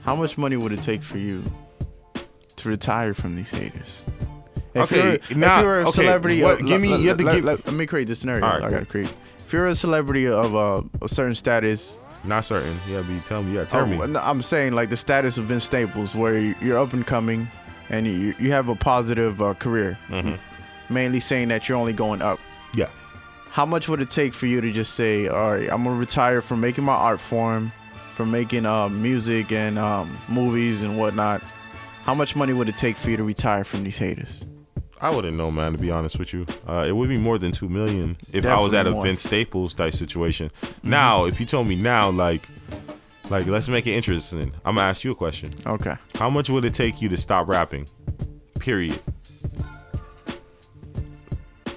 S2: how much money would it take for you to retire from these haters? If
S8: Okay,
S2: you're,
S8: nah,
S2: if you're a
S8: okay,
S2: celebrity,
S8: what-
S2: of-
S8: give me-
S2: let,
S8: you have to
S2: let-
S8: give-
S2: let- let me create this scenario.
S8: All right,
S2: I
S8: go.
S2: gotta create. If you're a celebrity of uh, a certain status,
S8: Not certain. Yeah, but you tell me. Yeah, tell
S2: Oh,
S8: me.
S2: no, I'm saying like the status of Vince Staples, where you- you're up and coming, and you you have a positive uh, career,
S8: Mm-hmm.
S2: mainly saying that you're only going up.
S8: Yeah.
S2: How much would it take for you to just say, all right, I'm gonna retire from making my art form, from making uh, music and um, movies and whatnot? How much money would it take for you to retire from these haters?
S8: I wouldn't know, man. To be honest with you, uh, it would be more than two million if I was at
S2: Definitely more.
S8: a
S2: Mm-hmm.
S8: Vince Staples type situation. Now, if you told me now, like, like let's make it interesting. I'm gonna ask you a question.
S2: Okay.
S8: How much would it take you to stop rapping? Period.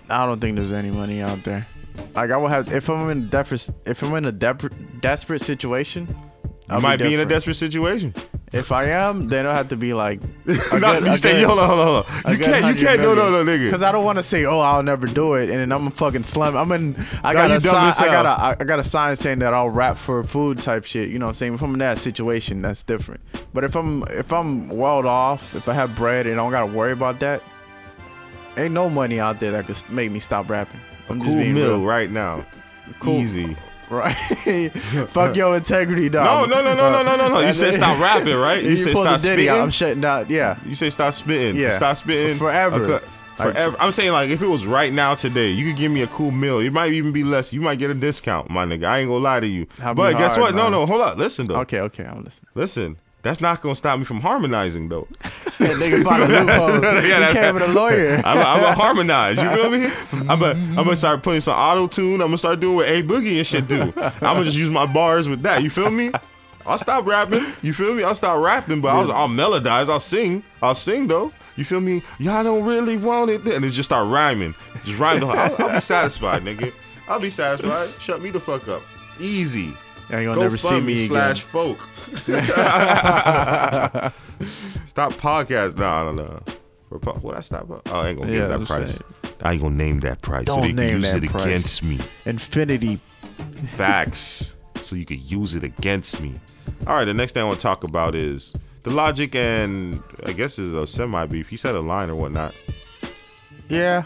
S2: I don't think there's any money out there. Like I would have if I'm in def- if I'm in a dep- desperate situation.
S8: I
S2: I'll
S8: might be in a
S2: different.
S8: desperate situation.
S2: If I am, then it'll have to be like.
S8: No, you say, hold on, hold on, hold on. You can't, you can't, no, no, no, nigga.
S2: Because I don't want to say, oh, I'll never do it, and then I'm a fucking slum. I'm in. I
S8: No,
S2: got
S8: you
S2: a
S8: dumb
S2: sign.
S8: as
S2: I
S8: hell.
S2: got a. I- I got a sign saying that I'll rap for food type shit. You know what I'm saying? If I'm in that situation, that's different. But if I'm if I'm well off, if I have bread and I don't gotta worry about that, ain't no money out there that could s- make me stop rapping. I'm
S8: cool mill
S2: real.
S8: right now.
S2: Um,
S8: Easy.
S2: right? Fuck your integrity,
S8: No,
S2: dog.
S8: no, no, no, no, no, no, no. You
S2: And
S8: said
S2: then-
S8: stop rapping, right? You,
S2: You
S8: said
S2: pull the
S8: stop
S2: Diddy, I'm shutting
S8: spitting.
S2: down. Yeah.
S8: You say stop spitting.
S2: Yeah.
S8: Stop spitting.
S2: Forever.
S8: Okay.
S2: Like-
S8: Forever. I'm saying like if it was right now today, you could give me a cool meal. It might even be less. You might get a discount, my nigga. I ain't gonna lie to you.
S2: That'd be
S8: But guess
S2: hard,
S8: what? No,
S2: man.
S8: no. Hold up. Listen though.
S2: Okay, okay, I'm listening.
S8: Listen, that's not gonna stop me from harmonizing though.
S2: That nigga bought a loophole.
S8: yeah,
S2: he came with a lawyer.
S8: I'm gonna harmonize. You feel me? I'm gonna I'm gonna start putting some auto tune. I'm gonna start doing what A Boogie and shit do. I'm gonna just use my bars with that. You feel me? I'll stop rapping. You feel me? I'll stop rapping, but I was, I'll melodize. I'll sing. I'll sing though. You feel me? Y'all don't really want it, and it just start rhyming. Just rhyming. I'll, I'll be satisfied, nigga. I'll be satisfied. Shut me the fuck up. Easy.
S2: Ain't gonna
S8: Go
S2: never see me again.
S8: slash folk. Stop podcast. No, I don't know. Repo- What I stop? Oh, I ain't gonna
S2: Yeah,
S8: give that
S2: I'm
S8: price.
S2: saying.
S8: I ain't gonna name that price so
S2: Don't
S8: they can
S2: name
S8: use
S2: that
S8: it
S2: price.
S8: against me.
S2: Infinity.
S8: Facts. so you could use it against me. All right. The next thing I want to talk about is the logic and I guess is a semi beef. He said a line or whatnot.
S2: Yeah.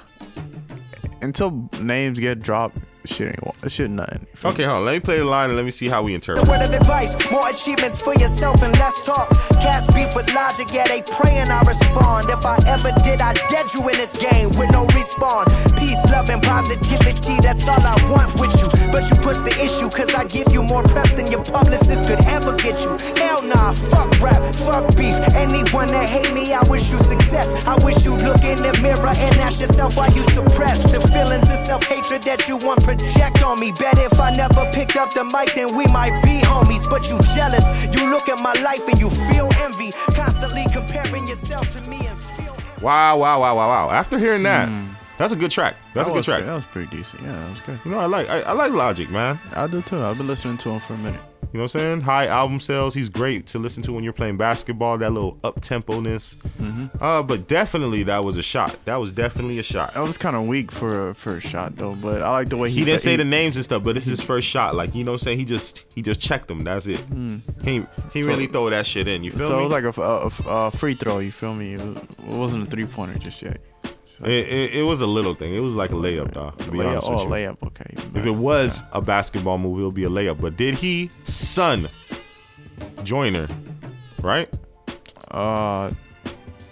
S2: Until names get dropped, shit ain't wa- shit nothing.
S8: Okay, hold on. Let me play the line and let me see how we interpret.
S11: The word of advice, more achievements for yourself and less talk. Cats beef with logic, yeah, they pray and I respond. If I ever did, I dead you in this game with no respawn. Peace, love, and positivity, that's all I want with you. But you push the issue, cause I give you more press than your publicist could ever get you. Hell nah, fuck rap, fuck beef. Anyone that hate me, I wish you success. I wish you look in the mirror and ask yourself why you suppress the feelings and self hatred that you want project on me. Bet if I never picked up the mic, then we might be homies. But you jealous, you look at my life and you feel envy. Constantly comparing yourself to me and feel.
S8: Wow, wow, wow, wow, wow. After hearing that, that's a good track.
S2: Hmm. That
S8: That's a good
S2: was-
S8: track.
S2: That was pretty decent. Yeah, that was good.
S8: You know, I like I, I like Logic, man.
S2: I do too. I've been listening to him for a minute.
S8: You know what I'm saying? High album sales. He's great to listen to when you're playing basketball. That little up tempo ness.
S2: Mm-hmm.
S8: Uh, but definitely that was a shot. That was definitely a shot.
S2: That was kind of weak for a, for a shot though, but I like the way he,
S8: He didn't say the names and stuff, but this is his first shot. Like you know what I'm saying? He just he just checked them. That's it. He he really throw that shit in. You
S2: Hmm.
S8: feel
S2: So
S8: me?
S2: it was like a, a- a free throw. You feel me? It, was, it wasn't a three pointer just yet.
S8: it, it, it was a little thing. It was like a layup, dog. To be
S2: Layup-
S8: honest
S2: oh,
S8: with you.
S2: layup. Okay.
S8: If it was a basketball move, it would be a layup. But did he son Joiner? Right?
S2: uh,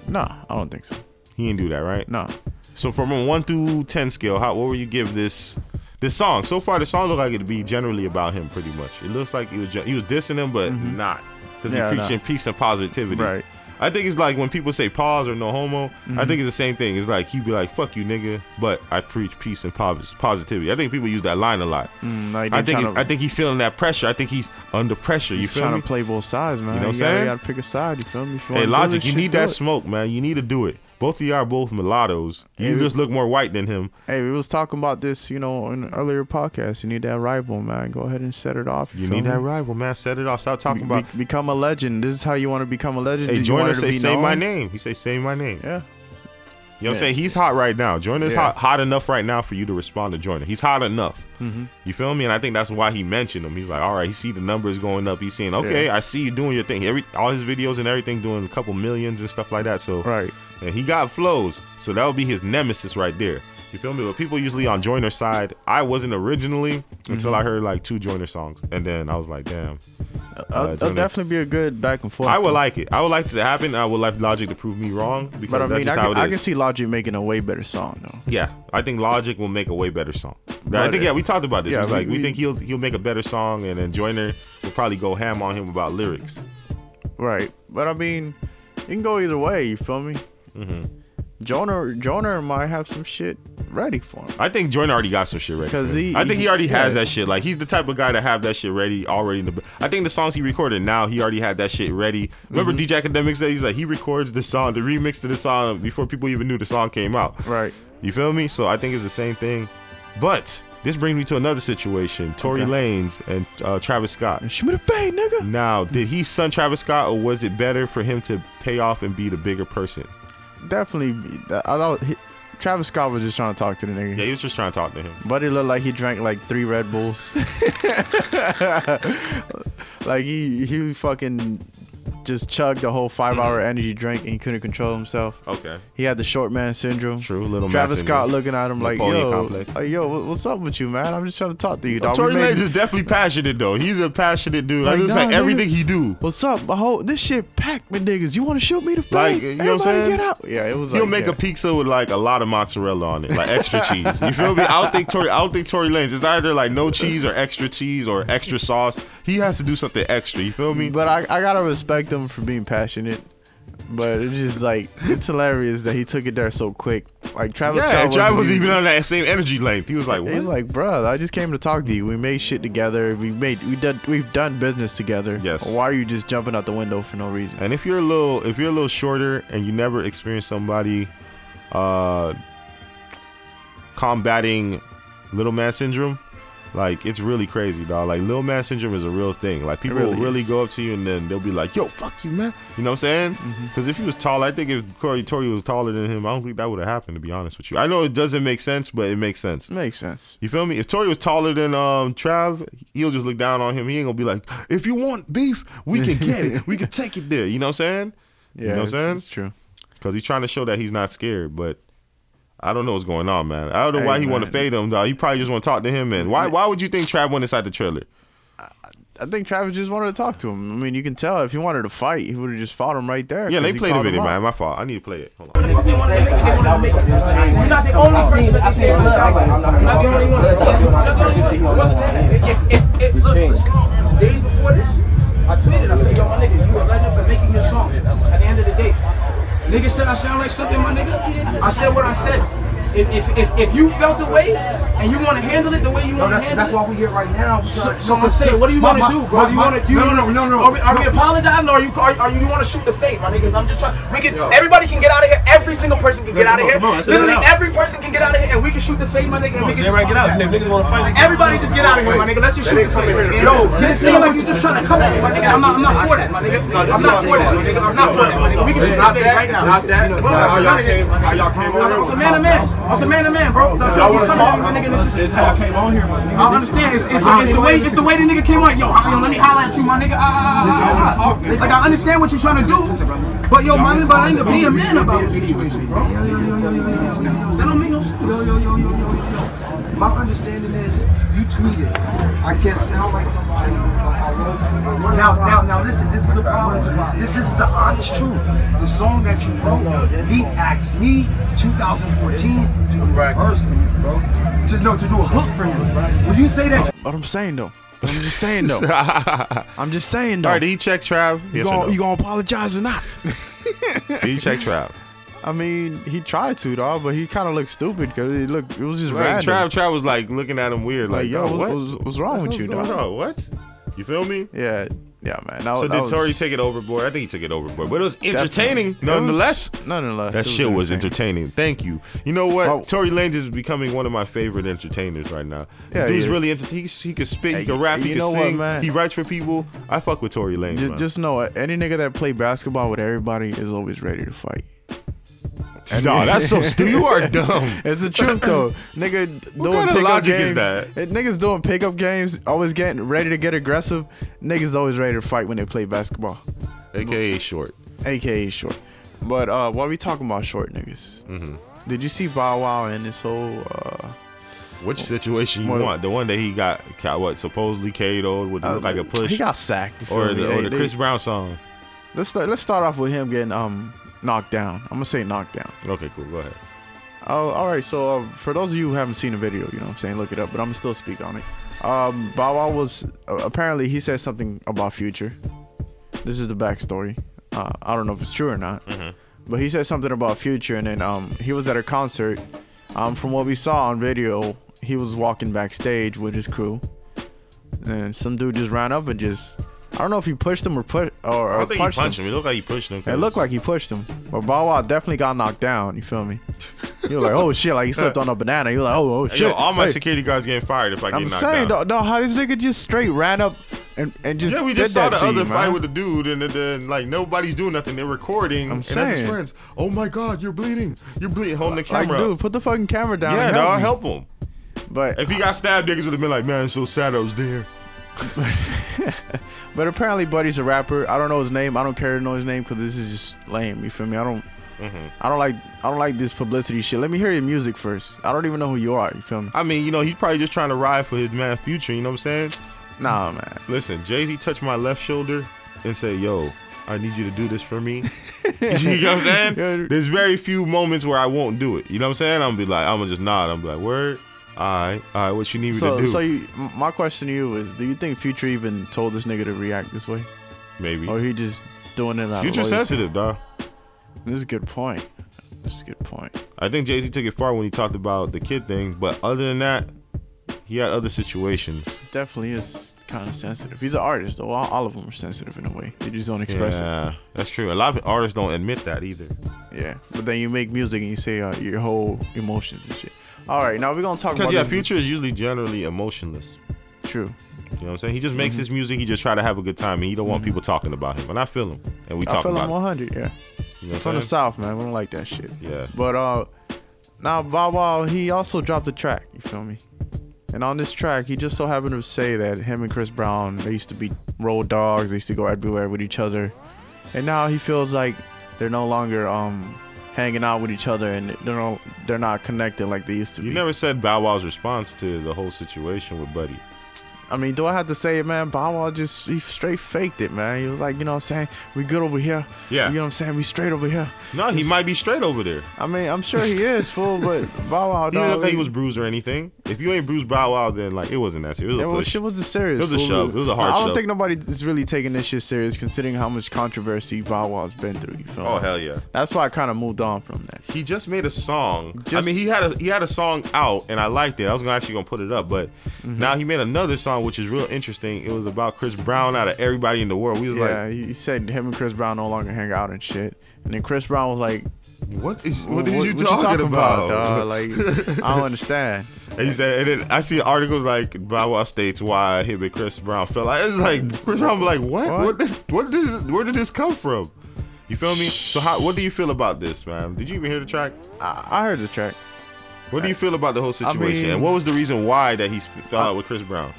S2: nah, I don't think so.
S8: He didn't do that, right?
S2: Nah.
S8: So from a one through ten scale, how what would you give this this song? So far, the song looked like it'd be generally about him, pretty much. It looks like he was gen- he was dissing him, but not because
S2: Mm-hmm. Yeah,
S8: he
S2: nah.
S8: preaching peace and positivity.
S2: Right. Mm-hmm.
S8: I think it's like when people say pause or no homo. I think it's the same thing. It's like he'd be like, "Fuck you, nigga," but I preach peace and pos- positivity. I think people use that line a lot.
S2: Mm, like
S8: I
S2: they're
S8: think
S2: tryna-
S8: it- I think he feeling that pressure. I think he's under pressure. You
S2: He's
S8: feel
S2: trying
S8: me?
S2: to play both sides, man. You
S8: know what
S2: gotta-
S8: I'm saying?
S2: You gotta pick a side. You feel me? If
S8: Hey,
S2: wanna do
S8: Logic,
S2: it,
S8: you
S2: shit,
S8: need
S2: do
S8: that
S2: it.
S8: smoke, man. You need to do it. Both of y'all are both mulattoes. You
S2: Hey,
S8: just look more white than him.
S2: Hey, we was talking about this, you know, in an earlier podcast. You need that rival, man. Go ahead and set it off.
S8: You
S2: feel
S8: need
S2: me?
S8: that rival, man. Set it off. Stop talking
S2: Be-
S8: about.
S2: become a legend. This is how you want to become a legend.
S8: Hey,
S2: Do you want
S8: Joyner
S2: it to
S8: say
S2: be
S8: say my
S2: known?
S8: name. He say say my name.
S2: Yeah.
S8: You know what I'm
S2: Yeah.
S8: saying? He's hot right now. Joyner's
S2: Yeah.
S8: hot, hot enough right now for you to respond to Joyner. He's hot enough.
S2: Mm-hmm.
S8: You feel me? And I think that's why he mentioned him. He's like, all right, he see the numbers going up. He's seeing, okay, I see you doing your thing. Every all his videos and everything doing a couple millions and stuff like that. So
S2: Right.
S8: and he got flows. So that would be his nemesis right there. You feel me? But people usually on Joyner's side. I wasn't originally
S2: Mm-hmm.
S8: until I heard like two Joyner songs, and then I was like, damn. Uh,
S2: That'll, that'll
S8: Joyner-
S2: definitely be a good back and forth.
S8: I would
S2: though.
S8: like it. I would like it to happen. I would like Logic to prove me wrong because
S2: But I
S8: that's
S2: mean, I
S8: just how
S2: can,
S8: it is.
S2: I can see Logic making a way better song though.
S8: Yeah, I think Logic will make a way better song. I
S2: But,
S8: think yeah, we talked about this.
S2: yeah,
S8: It was
S2: we-
S8: like we,
S2: we-
S8: think he'll he'll make a better song, and then Joyner will probably go ham on him about lyrics.
S2: Right. But I mean, it can go either way. You feel me? Mm-hmm. Joner Joner might have some shit ready for him.
S8: I think Joyner already got some shit ready.
S2: 'Cause
S8: man.
S2: he-
S8: I think he already
S2: he-
S8: has
S2: yeah.
S8: that shit. Like he's the type of guy to have that shit ready already. In the, I think the songs he recorded now, he already had that shit ready. Remember
S2: Mm-hmm.
S8: DJ Academic said he's like he records the song, the remix to the song before people even knew the song came out.
S2: Right.
S8: You feel me? So I think it's the same thing. But this brings me to another situation: Tory
S2: Okay.
S8: Lanez and uh, Travis Scott.
S2: Shoot me the bang, nigga.
S8: Now, did he son Travis Scott, or was it better for him to pay off and be the bigger person?
S2: Definitely. I thought he, Travis Scott was just trying to talk to the nigga.
S8: Yeah, he was just trying to talk to him.
S2: Buddy looked like he drank like three Red Bulls. like he he fucking just chugged the whole five hour
S8: Mm-hmm.
S2: energy drink and he couldn't control himself.
S8: Okay.
S2: He had the short man syndrome.
S8: True, little man
S2: Travis Scott
S8: syndrome.
S2: looking at him like,
S8: Napoleon
S2: yo,
S8: complex.
S2: like, yo, what- what's up with you, man? I'm just trying to talk to you, dog. We
S8: Tory
S2: made-
S8: Lanez is definitely passionate though. He's a passionate dude. Like,
S2: Like,
S8: it's
S2: nah,
S8: like
S2: nigga.
S8: everything he do.
S2: What's up? My whole this shit packed with niggas. You want to shoot me the
S8: Like,
S2: fuck?
S8: you
S2: Everybody
S8: know what I'm saying?
S2: get out. Yeah, it was
S8: He'll
S2: like
S8: make
S2: yeah.
S8: a pizza with like a lot of mozzarella on it, like extra cheese. You feel me? I don't think Tory. I don't think Tory Lanez. It's either like no cheese or extra cheese or extra sauce. He has to do something extra. You feel me?
S2: But I, I gotta respect him for being passionate. but it's just like it's hilarious that he took it there so quick. Like Travis
S8: yeah,
S2: Scott
S8: Travis was
S2: wasn't
S8: even on that same energy length. He was like,
S2: He's
S8: what?
S2: like, bro, I just came to talk to you. We made shit together. We made we done we've done business together.
S8: Yes.
S2: Why are you just jumping out the window for no reason?
S8: And if you're a little, if you're a little shorter and you never experienced somebody uh, combating little man syndrome, like it's really crazy, dog. Like little man syndrome is a real thing. Like people
S2: really
S8: will really go up to you and then they'll be like, "Yo, fuck you, man." You know what I'm saying?
S2: Mm-hmm.
S8: Because if he was tall, I think if Corey Tory was taller than him, I don't think that would have happened. To be honest with you, I know it doesn't make sense, but it makes sense.
S2: Makes sense.
S8: You feel me? If Tory was taller than um Trav, he'll just look down on him. He ain't gonna be like, if you want beef, we can get it. We can take it there. You know what I'm saying? you know what I'm saying?
S2: It's true.
S8: Because he's trying to show that he's not scared, but I don't know what's going on, man. I don't know why
S2: Hey,
S8: he want
S2: man.
S8: to fade him, dog. He probably just want to talk to him, man. Why Why would you think Trav went inside the trailer?
S2: I think Travis just wanted to talk to him. I mean, you can tell if he wanted to fight, he would have just fought him right there.
S8: Yeah,
S2: 'cause
S8: let
S2: he
S8: me play the
S2: called him
S8: video,
S2: out.
S8: man. My fault. I need to play it. Hold on.
S12: You're not the only person that they say I'm not. You're not the only one. You're not the only one. You understand? If, if, if, look, listen. Days before this, I tweeted, I said, yo, my nigga, you a legend for making your song. At the end of the day, nigga said I sound like something, my nigga. I said what I said. If, if, if, if you felt the way and you want to handle it the way you want to handle that's it. That's why we're here right now. So, so I'm saying, what do you
S13: My-
S12: want to
S13: my-
S12: do, bro? What do you
S13: my-
S12: want to do?
S13: no, no, no, no, no.
S12: Are we, are we apologizing or are you, are, are you, you want to shoot the fade, my niggas? I'm just trying. We can, everybody can get out of here. Every single person can get
S13: Come
S12: out of
S13: on,
S12: here.
S13: come on, let's get it
S12: Literally
S13: out.
S12: every person can get out of here and we can shoot the fade, my nigga. and we can just
S13: everybody get
S12: fuck
S13: out. If
S12: that.
S13: niggas wanna fight, they can.
S12: Everybody just get out of here, my nigga. Let's just
S13: They
S12: shoot the
S13: didn't come in
S12: fade.
S13: here.
S12: Yo, 'cause it seems like you just trying to come at me, my nigga. I'm not, I'm not for that, my nigga. I'm not for that, my nigga. I'm not for that, my nigga. We can
S13: It's
S12: shoot the
S13: not
S12: fade
S13: that,
S12: right
S13: it's
S12: now.
S13: not that.
S12: No,
S13: It's
S12: no,
S13: not how
S12: I'm
S13: y'all
S12: none of this,
S13: came-
S12: my
S13: how
S12: nigga.
S13: y'all came
S12: It's-
S13: over.
S12: It's a man to man. It's a man to man, bro. It's a-
S13: If
S12: you
S13: y'all wanna
S12: come at
S13: talk,
S12: me, my nigga. This
S13: it's
S12: is
S13: how I came on here, my
S12: I
S13: nigga.
S12: don't understand. It's, it's, the, it's the way it's the way the nigga came on. Yo, I- yo, let me holler at you, my nigga. Ah, ah, ah, ah, ah. It's like I understand what you're trying to do, but yo, my nigga, but I need to be a man about the situation, bro. That don't make no sense. Yo, yo, yo, yo, yo, yo. My understanding is you tweeted. I can't sound like somebody. Now, now, now, listen. This is the problem. This, this is the honest truth. The song that you wrote, he asked me, 2014, to do a verse for you, bro. To no, to do a hook for you. When you say that.
S2: What I'm saying though. What I'm just saying though. I'm just saying though.
S8: All right, did he check Trav?
S2: you
S8: Yes or
S2: gonna
S8: no?
S2: you gonna apologize or not?
S8: Did he check Trav?
S2: I mean, he tried to, dog, but he kind of looked stupid because he looked. It was just
S8: Like,
S2: random.
S8: Trav, Trav was like looking at him weird, like,
S2: Like, yo,
S8: "Dog,
S2: what's,
S8: what?
S2: what's, what's wrong with you,
S8: What's
S2: dog?
S8: going on? What? You feel me?
S2: Yeah, yeah, man. Oh, That,
S8: so
S2: was-
S8: did
S2: that
S8: Tory
S2: was
S8: take it overboard? I think he took it overboard, but it was
S2: definitely-
S8: entertaining
S2: it was-
S8: nonetheless.
S2: nonetheless,
S8: That
S2: it
S8: shit was entertaining. Thank you. You know what?
S2: Oh.
S8: Tory Lanez is becoming one of my favorite entertainers right now. The
S2: Yeah,
S8: dude's
S2: yeah.
S8: really entertaining. He, he can spit, he
S2: Hey,
S8: can rap, he
S2: you
S8: can
S2: know what,
S8: sing.
S2: man?
S8: He writes for people. I fuck with Tory Lanez.
S2: Just,
S8: man.
S2: just know, uh, any nigga that play basketball with everybody is always ready to fight.
S8: Nah, that's so stupid. You are dumb.
S2: It's the truth though, nigga. doing
S8: kind of
S2: pickup
S8: logic is
S2: games,
S8: that?
S2: eh, Niggas doing pickup games, always getting ready to get aggressive. Niggas always ready to fight when they play basketball,
S8: AKA short.
S2: aka short. But uh, while we talking about short niggas,
S8: Mm-hmm.
S2: did you see Bow Wow and this whole? Uh,
S8: Which situation you
S2: Well-
S8: want? The one that he got, got what supposedly KO'd with
S2: Uh,
S8: look like a push,
S2: He got sacked. you feel
S8: or
S2: me?
S8: the,
S2: They-
S8: or the
S2: they-
S8: Chris Brown song.
S2: Let's start, let's start off with him getting um knocked down. I'm gonna say knocked down.
S8: Okay, cool. Go ahead.
S2: Oh, all right. So uh, for those of you who haven't seen the video, you know what I'm saying, look it up. But I'm gonna still speak on it. Um, Bow Wow was uh, apparently he said something about Future. This is the backstory. Uh, I don't know if it's true or not,
S8: Mm-hmm.
S2: but he said something about Future, and then um, he was at a concert. Um, from what we saw on video, he was walking backstage with his crew, and some dude just ran up and just. I don't know if he pushed him or put or, or
S8: I don't think
S2: punched
S8: he punched
S2: him.
S8: him. It looked like he pushed him.
S2: It looked like he pushed him, but Bow Wow definitely got knocked down. You feel me? You were like, oh shit, like he slipped on a banana. You were like, oh, oh shit.
S8: Yo, all my
S2: Hey,
S8: security guards getting fired if I get
S2: I'm
S8: knocked
S2: saying, dog,
S8: down.
S2: dog, how this nigga just straight ran up and, and just
S8: Yeah, we
S2: did
S8: just saw
S2: that
S8: the
S2: to you,
S8: other fight
S2: man.
S8: with the dude, and then like nobody's doing nothing. They're recording.
S2: I'm
S8: and that's his
S2: saying.
S8: friends. Oh my god, you're bleeding! You're bleeding. Holding the
S2: like,
S8: camera.
S2: dude,
S8: up.
S2: put the fucking camera down.
S8: yeah,
S2: and
S8: dog,
S2: me.
S8: help him.
S2: But
S8: If he got stabbed, niggas would have been like, man, it's so sad I was there.
S2: but apparently, Buddy's a rapper. I don't know his name. I don't care to know his name because this is just lame. You feel me? I don't.
S8: Mm-hmm.
S2: I don't like. I don't like this publicity shit. Let me hear your music first. I don't even know who you are. You feel me?
S8: I mean, you know, he's probably just trying to ride for his man future. You know what I'm saying?
S2: Nah, man.
S8: Listen, Jay Z touched my left shoulder and said, yo. I need you to do this for me. you know what I'm
S2: Yeah.
S8: saying? There's very few moments where I won't do it. You know what I'm saying? I'm gonna be like, I'm gonna just nod. I'm gonna be like, word, all right, all right, what you need me to
S2: So,
S8: do?
S2: so you, m- my question to you is: Do you think Future even told this nigga to react this way,
S8: Maybe.
S2: or Oh, he just doing it out of
S8: Future
S2: loyalty?
S8: sensitive, dog.
S2: This is a good point. This is a good point.
S8: I think Jay Z took it far when he talked about the kid thing, but other than that, he had other situations.
S2: Definitely is kind of sensitive. He's an artist, though. All, all of them are sensitive in a way. They just don't express it.
S8: yeah, that's true. A lot of artists don't admit that either.
S2: Yeah, but then you make music and you say uh, your whole emotions and shit. All right, now we're gonna talk
S8: Because
S2: about
S8: yeah,
S2: this-
S8: Future is usually generally emotionless.
S2: True.
S8: You know what I'm saying? He just
S2: Mm-hmm.
S8: makes his music. He just try to have a good time, and he don't want people talking about him. And I feel him, and we
S2: I
S8: talk
S2: feel
S8: about
S2: like 100. Yeah,
S8: it. You know what
S2: from
S8: I'm
S2: the
S8: saying?
S2: south, man. We don't like that shit.
S8: Yeah.
S2: But uh, now Bow Wow he also dropped a track. You feel me? And on this track, he just so happened to say that him and Chris Brown they used to be road dogs. They used to go everywhere with each other, and now he feels like they're no longer um hanging out with each other and they're no, they're not connected like they used to be.
S8: You never said Bow Wow's response to the whole situation with Buddy.
S2: I mean, do I have to say it, man? Bow Wow just he straight faked it, man. He was like, you know what I'm saying? We good over here.
S8: Yeah.
S2: You know what I'm saying? We straight over here.
S8: No, he might be straight over there.
S2: I mean, I'm sure he is fool, but Bow Wow,
S8: He didn't
S2: dog,
S8: look like he
S2: he-
S8: was bruised or anything. If you ain't bruised Bow Wow, then like it wasn't that serious. It
S2: It
S8: was a
S2: was,
S8: push.
S2: shit was serious.
S8: It was a
S2: fool.
S8: shove. It was a hard
S2: I don't
S8: shove.
S2: think nobody is really taking this shit serious, considering how much controversy Bow Wow's been through. You feel
S8: Oh,
S2: me?
S8: hell yeah.
S2: That's why I kind of moved on from that.
S8: He just made a song. I
S2: Just-
S8: mean, he had a he had a song out, and I liked it. I was gonna actually gonna put it up, but
S2: Mm-hmm.
S8: now he made another song, which is real interesting. It was about Chris Brown out of everybody in the world. We was
S2: yeah,
S8: like,
S2: he he said him and Chris Brown no longer hang out and shit. And then Chris Brown was like,
S8: what is
S2: "What, what you talking about, dog? Like, I don't understand."
S8: and he said, and then I see articles like Bow Wow states why him and Chris Brown fell out. It's like Chris Brown, be like, what?
S2: What?
S8: What? This, what did this? Where did this come from? You feel me? So how? What do you feel about this, man? Did you even hear the track?
S2: I, I heard the track.
S8: What do you feel about the whole situation?
S2: mean-
S8: and what was the reason why that he sp- fell out with Chris Brown?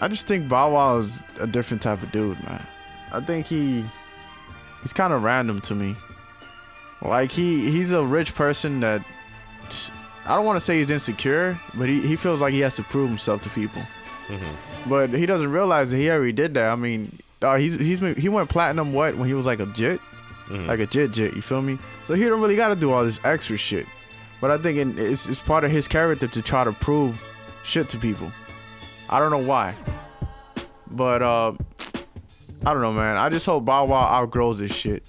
S2: I just think Bow Wow is a different type of dude, man. I think he he's kind of random to me. Like he he's a rich person that I don't want to say he's insecure, but he, he feels like he has to prove himself to people. But he doesn't realize that he already did that. I mean, uh, he's he's been- he went platinum what when he was like a jit, like a jit jit. You feel me? So he don't really got to do all this extra shit. But I think it- it's it's part of his character to try to prove shit to people. I don't know why. But uh I don't know, man. I just hope Bow Wow outgrows this shit.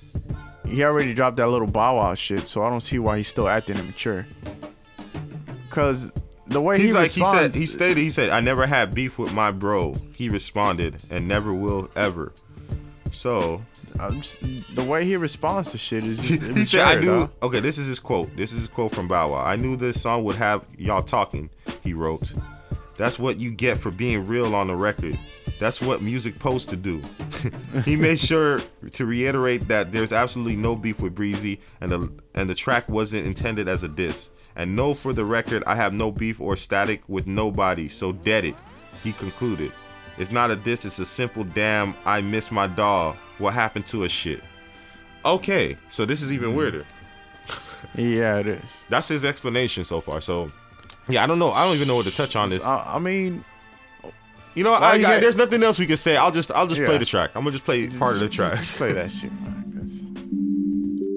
S2: He already dropped that little Bow Wow shit, so I don't see why he's still acting immature. Cause the way
S8: He's
S2: he
S8: like he said
S2: responds,
S8: he stated he said I never had beef with my bro. He responded and never will ever. So
S2: I'm just- the way he responds to shit is just
S8: he said I
S2: immature,
S8: knew
S2: dawg.
S8: okay, this is his quote. This is his quote from Bow Wow. I knew this song would have y'all talking, he wrote. That's what you get for being real on the record. That's what music supposed to do. he made sure to reiterate that there's absolutely no beef with Breezy and the and the track wasn't intended as a diss. And no for the record, I have no beef or static with nobody, so dead it. He concluded. It's not a diss, it's a simple damn I miss my dog. What happened to a shit? Okay, so this is even weirder.
S2: Yeah, it is.
S8: That's his explanation so far. So, yeah, I don't know. I don't even know what to touch on this.
S2: I, I mean,
S8: You know,
S2: Well,
S8: I,
S2: you
S8: I-
S2: got-
S8: there's nothing else we can say. I'll just, I'll just play
S2: Yeah.
S8: the track. I'm gonna just play part of the track.
S2: just play that shit. man, 'cause-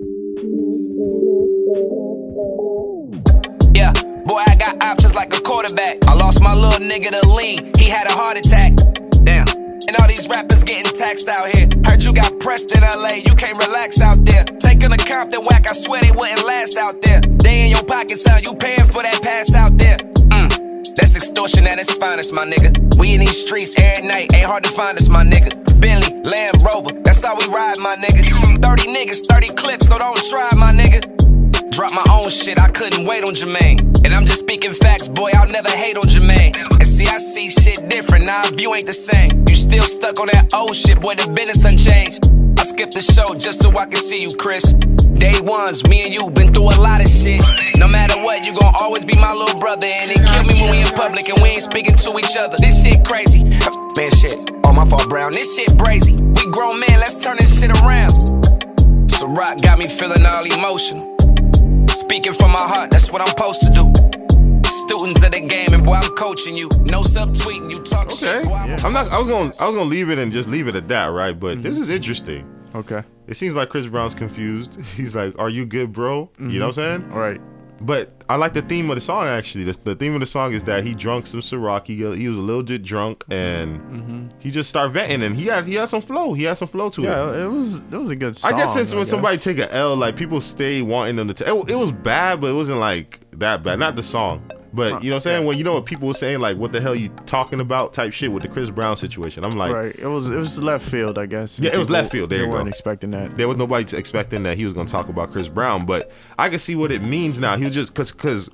S13: Yeah, boy, I got options like a quarterback. I lost my little nigga to lean. He had a heart attack. Damn. And all these rappers getting taxed out here. Heard you got pressed in LA, you can't relax out there. Taking a Compton whack, I swear they wouldn't last out there. They in your pocket, son, you paying for that pass out there. Mm, that's extortion at its finest, my nigga. We in these streets every night, ain't hard to find us, my nigga. Bentley, Land Rover, that's how we ride, my nigga. 30 niggas, 30 clips, so don't try, my nigga. Drop my own shit, I couldn't wait on Jermaine. And I'm just speaking facts, boy, I'll never hate on Jermaine. And see, I see shit different, now nah, view ain't the same. You still stuck on that old shit, boy, the business done changed. I skipped the show just so I can see you, Chris. Day ones, me and you been through a lot of shit. No matter what, you gon' always be my little brother. And it kill me when we in public and we ain't speaking to each other. This shit crazy. Man, shit, all my fault, Brown. This shit brazy. We grown men, let's turn this shit around. So rock got me feeling all emotional. Speaking from my heart, that's what I'm supposed to do. Students of the game, and boy, I'm coaching you. No subtweeting, you talk shit. Boy, I'm,
S8: I'm not. I was gonna, I was gonna leave it and just leave it at that, right? But this
S2: Mm-hmm.
S8: is interesting.
S2: Okay.
S8: It seems like Chris Brown's confused. He's like, "Are you good, bro?" You know what I'm saying?
S2: All right.
S8: But I like the theme of the song actually. The, the theme of the song is that he drunk some Ciroc. He, he was a little bit drunk and he just started venting and he had he had some flow. He had some flow to it.
S2: Yeah, it was it was a good song.
S8: I guess it's
S2: I
S8: when
S2: guess.
S8: somebody take a L, like people stay wanting them to take. It, it was bad, but it wasn't like that bad. Not the song, but you know what I'm saying. When you know what people were saying, like what the hell you talking about type shit with the Chris Brown situation. I'm like,
S2: right. It was it was left field, I guess.
S8: yeah, it was
S2: People-
S8: left field. There
S2: they
S8: you go.
S2: weren't expecting that.
S8: There was nobody t- expecting that he was gonna talk about Chris Brown, but I can see what it means now. He was just cause cause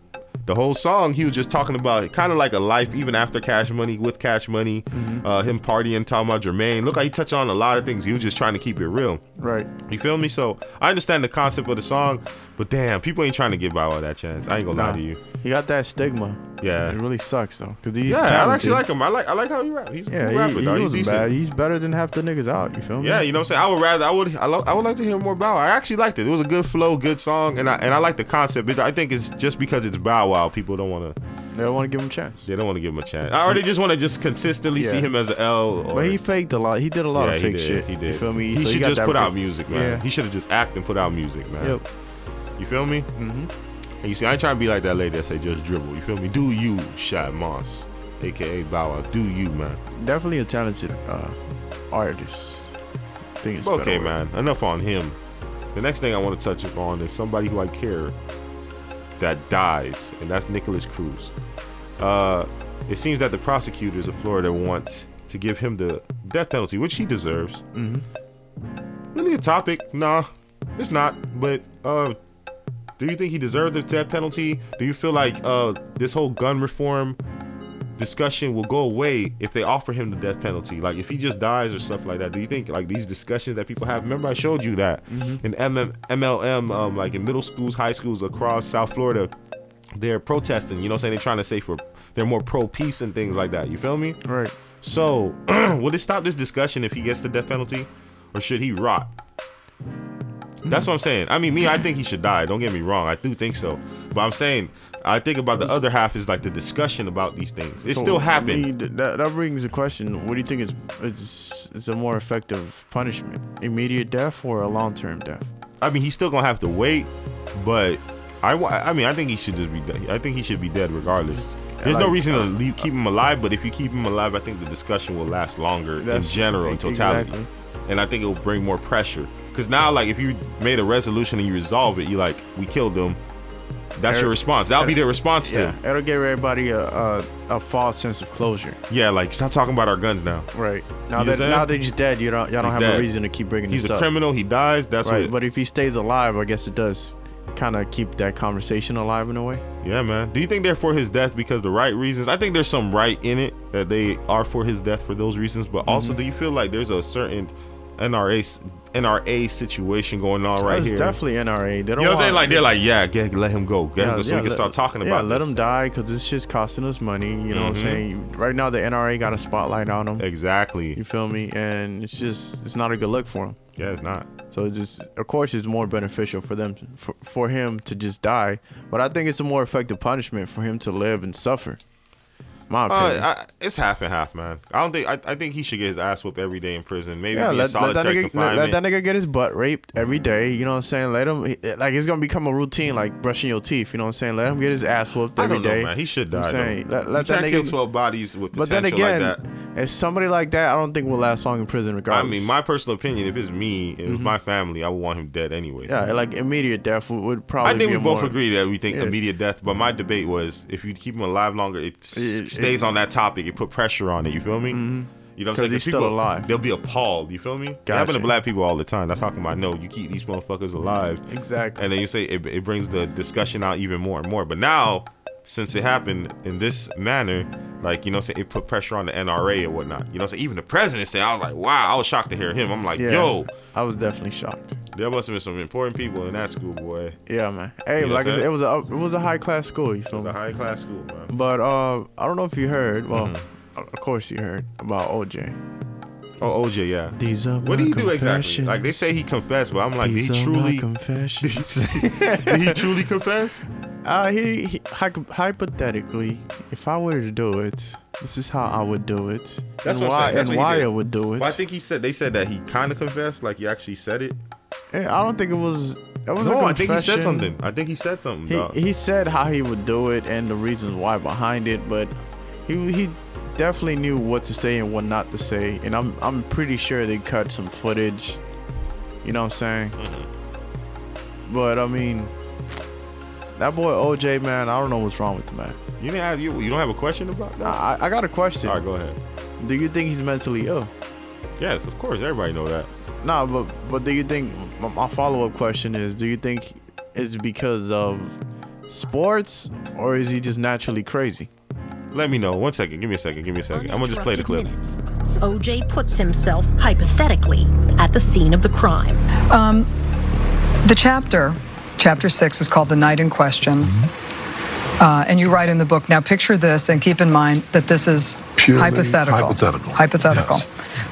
S8: the whole song he was just talking about kind of like a life even after Cash Money with Cash Money,
S2: Mm-hmm.
S8: uh, him partying, talking about Jermaine. Look, how he touched on a lot of things. He was just trying to keep it real.
S2: Right.
S8: You feel me? So I understand the concept of the song, but damn, people ain't trying to give by all that chance. I ain't gonna lie
S2: Nah.
S8: to you.
S2: He got that stigma.
S8: Yeah.
S2: It really sucks though, cause he's
S8: yeah,
S2: talented.
S8: I actually like him. I like I like how he rap. He's
S2: Yeah,
S8: a good rapper,
S2: he, he
S8: dog. He's
S2: wasn't
S8: decent.
S2: bad. He's better than half the niggas out. You feel me?
S8: Yeah, you know what I'm saying. I would rather I would I, lo- I would like to hear more Bow. Wow. I actually liked it. It was a good flow, good song, and I and I like the concept. It- I think it's just because it's Bow Wow, people don't want to.
S2: They don't want to give him a chance.
S8: They don't want to give him a chance. I already just want to just consistently see
S2: Yeah.
S8: him as an L. Or,
S2: But he faked a lot. He did a lot
S8: Yeah,
S2: of
S8: he
S2: fake
S8: did,
S2: shit.
S8: He did.
S2: You feel me?
S8: He
S2: So
S8: should
S2: got
S8: just
S2: that
S8: put out
S2: re-
S8: music, man.
S2: Yeah.
S8: He should have just act and put out music, man.
S2: Yep.
S8: You feel me? Mm-hmm. And you see, I ain't trying to be like that lady that say just dribble. You feel me? Do you, Shot Moss, aka Bow Wow? Do you, man?
S2: Definitely a talented uh, artist. I think it's
S8: Okay,
S2: better.
S8: man. Enough on him. The next thing I want to touch upon is somebody who I care that dies, and that's Nicholas Cruz. Uh, it seems that the prosecutors of Florida want to give him the death penalty, which he deserves.
S2: Mhm.
S8: Really a topic? Nah, it's not. But uh, do you think he deserved the death penalty? Do you feel like uh, this whole gun reform discussion will go away if they offer him the death penalty? Like if he just dies or stuff like that? Do you think like these discussions that people have? Remember I showed you that
S2: Mhm.
S8: in MM, MLM, um, like in middle schools, high schools across South Florida, they're protesting. You know, what I'm saying they're trying to say for they're more pro peace and things like that. You feel me?
S2: Right.
S8: So will it stop this discussion if he gets the death penalty, or should he rot? That's what I'm saying. I mean, me, I think he should die. Don't get me wrong. I do think so. But I'm saying, I think about the other half is like the discussion about these things. It
S2: So,
S8: still
S2: I
S8: happened.
S2: mean, th- that, that brings the question: What do you think is is, is a more effective punishment? Immediate death or a long term death?
S8: I mean, he's still gonna have to wait, but I, wa- I mean, I think he should just be. Dead. I think he should be dead regardless. There's no
S2: like- uh,
S8: reason to leave, keep him alive, but if you keep him alive, I think the discussion will last longer in
S2: That's-
S8: general, in
S2: e-
S8: totality,
S2: exactly.
S8: and I think it will bring more pressure. Because now, like, if you made a resolution and you resolve it, you like, we killed him. That's your
S2: Eric-
S8: response. That'll be
S2: Eric-
S8: their response to.
S2: Yeah, it'll give everybody a, a a false sense of closure.
S8: Yeah, like stop talking about our guns now.
S2: Right now
S8: You
S2: that
S8: understand?
S2: now that he's dead, you don't y'all don't
S8: He's
S2: have
S8: dead.
S2: a reason to keep bringing
S8: He's
S2: this
S8: a
S2: up.
S8: criminal. He dies. That's
S2: right,
S8: what.
S2: but if he stays alive, I guess it does kind of keep that conversation alive in a way.
S8: Yeah, man. Do you think they're for his death because the right reasons? I think there's some right in it that they are for his death for those reasons. But also,
S2: Mhm.
S8: do you feel like there's a certain NRA s- NRA situation going on right
S2: That's
S8: here?
S2: definitely NRA. They
S8: You
S2: don't
S8: know what I'm saying?
S2: want-
S8: Like they're like, yeah, get, let him go, get him go, so we can
S2: let-
S8: start talking
S2: yeah,
S8: about.
S2: let
S8: this.
S2: him die because this shit's costing us money. You know what I'm
S8: Mhm.
S2: saying? Right now, the NRA got a spotlight on him.
S8: Exactly.
S2: You feel me? And it's just it's not a good look for him.
S8: Yeah, it's not.
S2: So it's just of course it's more beneficial for them for, for him to just die, but I think it's a more effective punishment for him to live and suffer. My opinion.
S8: Uh, I, it's half and half, man. I don't think. I, I think he should get his ass whooped every day in prison. Maybe
S2: yeah,
S8: be in
S2: let, let that
S8: solitary
S2: nigga, let-
S8: confinement.
S2: let that nigga get his butt raped every day. You know what I'm saying? Let him like it's gonna become a routine, like brushing your teeth. You know what I'm saying? Let him get his ass whooped
S8: I
S2: every
S8: don't know,
S2: day.
S8: man. He should
S2: You know
S8: die.
S2: what I'm saying?
S8: though.
S2: Let, let
S8: you
S2: that
S8: can't
S2: nigga
S8: kill 12 bodies with
S2: But then
S8: potential
S2: again,
S8: like that.
S2: if somebody like that, I don't think will last long in prison
S8: I
S2: regardless.
S8: mean, my personal opinion, if it's me, if it's
S2: Mhm.
S8: my family, I would want him dead anyway.
S2: yeah, like immediate death would, would probably.
S8: I think
S2: be
S8: we
S2: a
S8: both
S2: more-
S8: agree that we think
S2: Yeah.
S8: immediate death, but my debate was if you keep him alive longer, it, s-
S2: It-
S8: stays
S2: it-
S8: on that topic. It put pressure on it. You feel me? You know what I'm
S2: 'Cause
S8: saying?
S2: he's still
S8: people-
S2: alive.
S8: They'll be appalled. You feel me? It happen to
S2: Gotcha.
S8: black people all the time. That's how come I know you keep these motherfuckers alive.
S2: Exactly.
S8: And then you say it, it brings the discussion out even more and more. But now, since it happened in this manner, like you know, what I'm saying it put pressure on the NRA and whatnot. You know, so even the president said, I was like, wow, I was shocked to hear him. I'm like,
S2: Yeah,
S8: yo,
S2: I was definitely shocked.
S8: there must have been some important people in that school, boy.
S2: Yeah, man. Hey,
S8: You know
S2: like
S8: what I'm
S2: it,
S8: saying?
S2: was a it was a high class school. You feel it was
S8: a high class school, man.
S2: But uh, I don't know if you heard. Well,
S8: Mm-hmm.
S2: of course you heard about OJ.
S8: Oh, OJ, yeah.
S2: These are
S8: What
S2: my
S8: did he do exactly?
S2: confessions.
S8: Like they say he confessed, but I'm like, did
S2: These
S8: he
S2: are my
S8: truly?
S2: confessions.
S8: did he truly confess?
S2: Uh, he, he hy- hypothetically, if I were to do it, this is how I would do it.
S8: That's
S2: and
S8: what I'm
S2: why
S8: saying.
S2: and
S8: That's what he
S2: why
S8: did.
S2: I would do it.
S8: But I think he said they said that he kind of confessed, like he actually said it.
S2: Eh, I don't think it was That was a
S8: no, I think he said
S2: confession.
S8: something. I think he said something.
S2: He,
S8: dog.
S2: he said how he would do it and the reasons why behind it, but he he definitely knew what to say and what not to say. And I'm I'm pretty sure they cut some footage. You know what I'm saying? But I mean, that boy OJ man, I don't know what's wrong with the man.
S8: You didn't have you. You don't have a question about that?
S2: Nah, I, I got a question. All
S8: right, go ahead.
S2: Do you think he's mentally ill?
S8: Yes, of course. Everybody know that.
S2: Nah, but but do you think my, my follow up question is? Do you think it's because of sports or is he just naturally crazy?
S8: Let me know. One second. Give me a second. Give me a second. I'm gonna just play the clip.
S14: OJ puts himself hypothetically at the scene of the crime.
S15: Um, the chapter, chapter six, is called The Night in Question.
S16: Mm-hmm.
S15: Uh, and you write in the book, now picture this and keep in mind that this is
S16: Purely
S15: hypothetical.
S16: hypothetical,
S15: Hypothetical.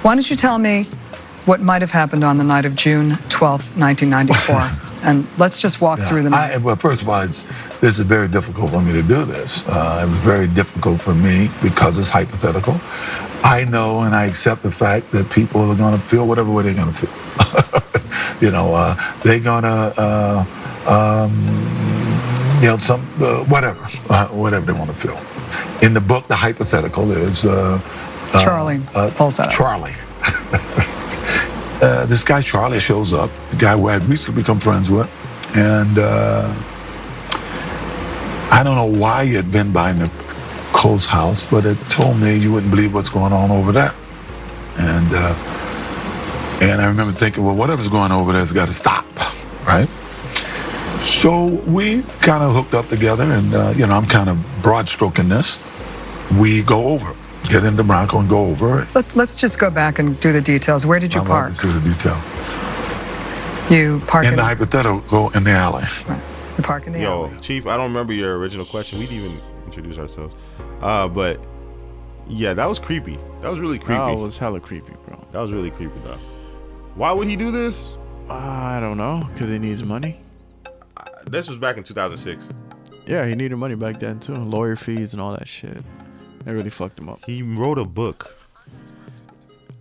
S15: Why don't you tell me what might have happened on the night of June 12th, 1994? and let's just walk
S16: Yeah.
S15: through the night.
S16: I, well, first of all, it's, this is very difficult for me to do this. Uh, it was very difficult for me because it's hypothetical. I know and I accept the fact that people are going to feel whatever way they're going to feel. you know, uh, they're going to, uh, um, you know, some uh, whatever, uh, whatever they want to feel. In the book, the hypothetical is uh, Charlie. Uh, Charlie. uh, this guy Charlie shows up, the guy who I had recently become friends with, and uh, I don't know why you had been by Nicole's house, but it told me you wouldn't believe what's going on over there. And uh, and I remember thinking, well, whatever's going on over there's got to stop, right? So we kind of hooked up together, and uh, you know, I'm kind of broad stroking this. We go over, get into Bronco and go over. it.
S15: Let, let's just go back and do the details. Where did you
S16: I'm
S15: park?
S16: not going to see the detail.
S15: You park
S16: in,
S15: in,
S16: the hypothetical in the alley.
S15: you park in the
S8: Yo, Oh, Chief, I don't remember your original question. We didn't even introduce ourselves. Uh, but yeah, that was creepy. That was really creepy.
S2: That was hella creepy, bro.
S8: That was really creepy, though. Why would he do this?
S2: I don't know, cause he needs money.
S8: This was back in 2006.
S2: Yeah, he needed money back then too. Lawyer fees and all that shit. They really fucked him up.
S8: He wrote a book.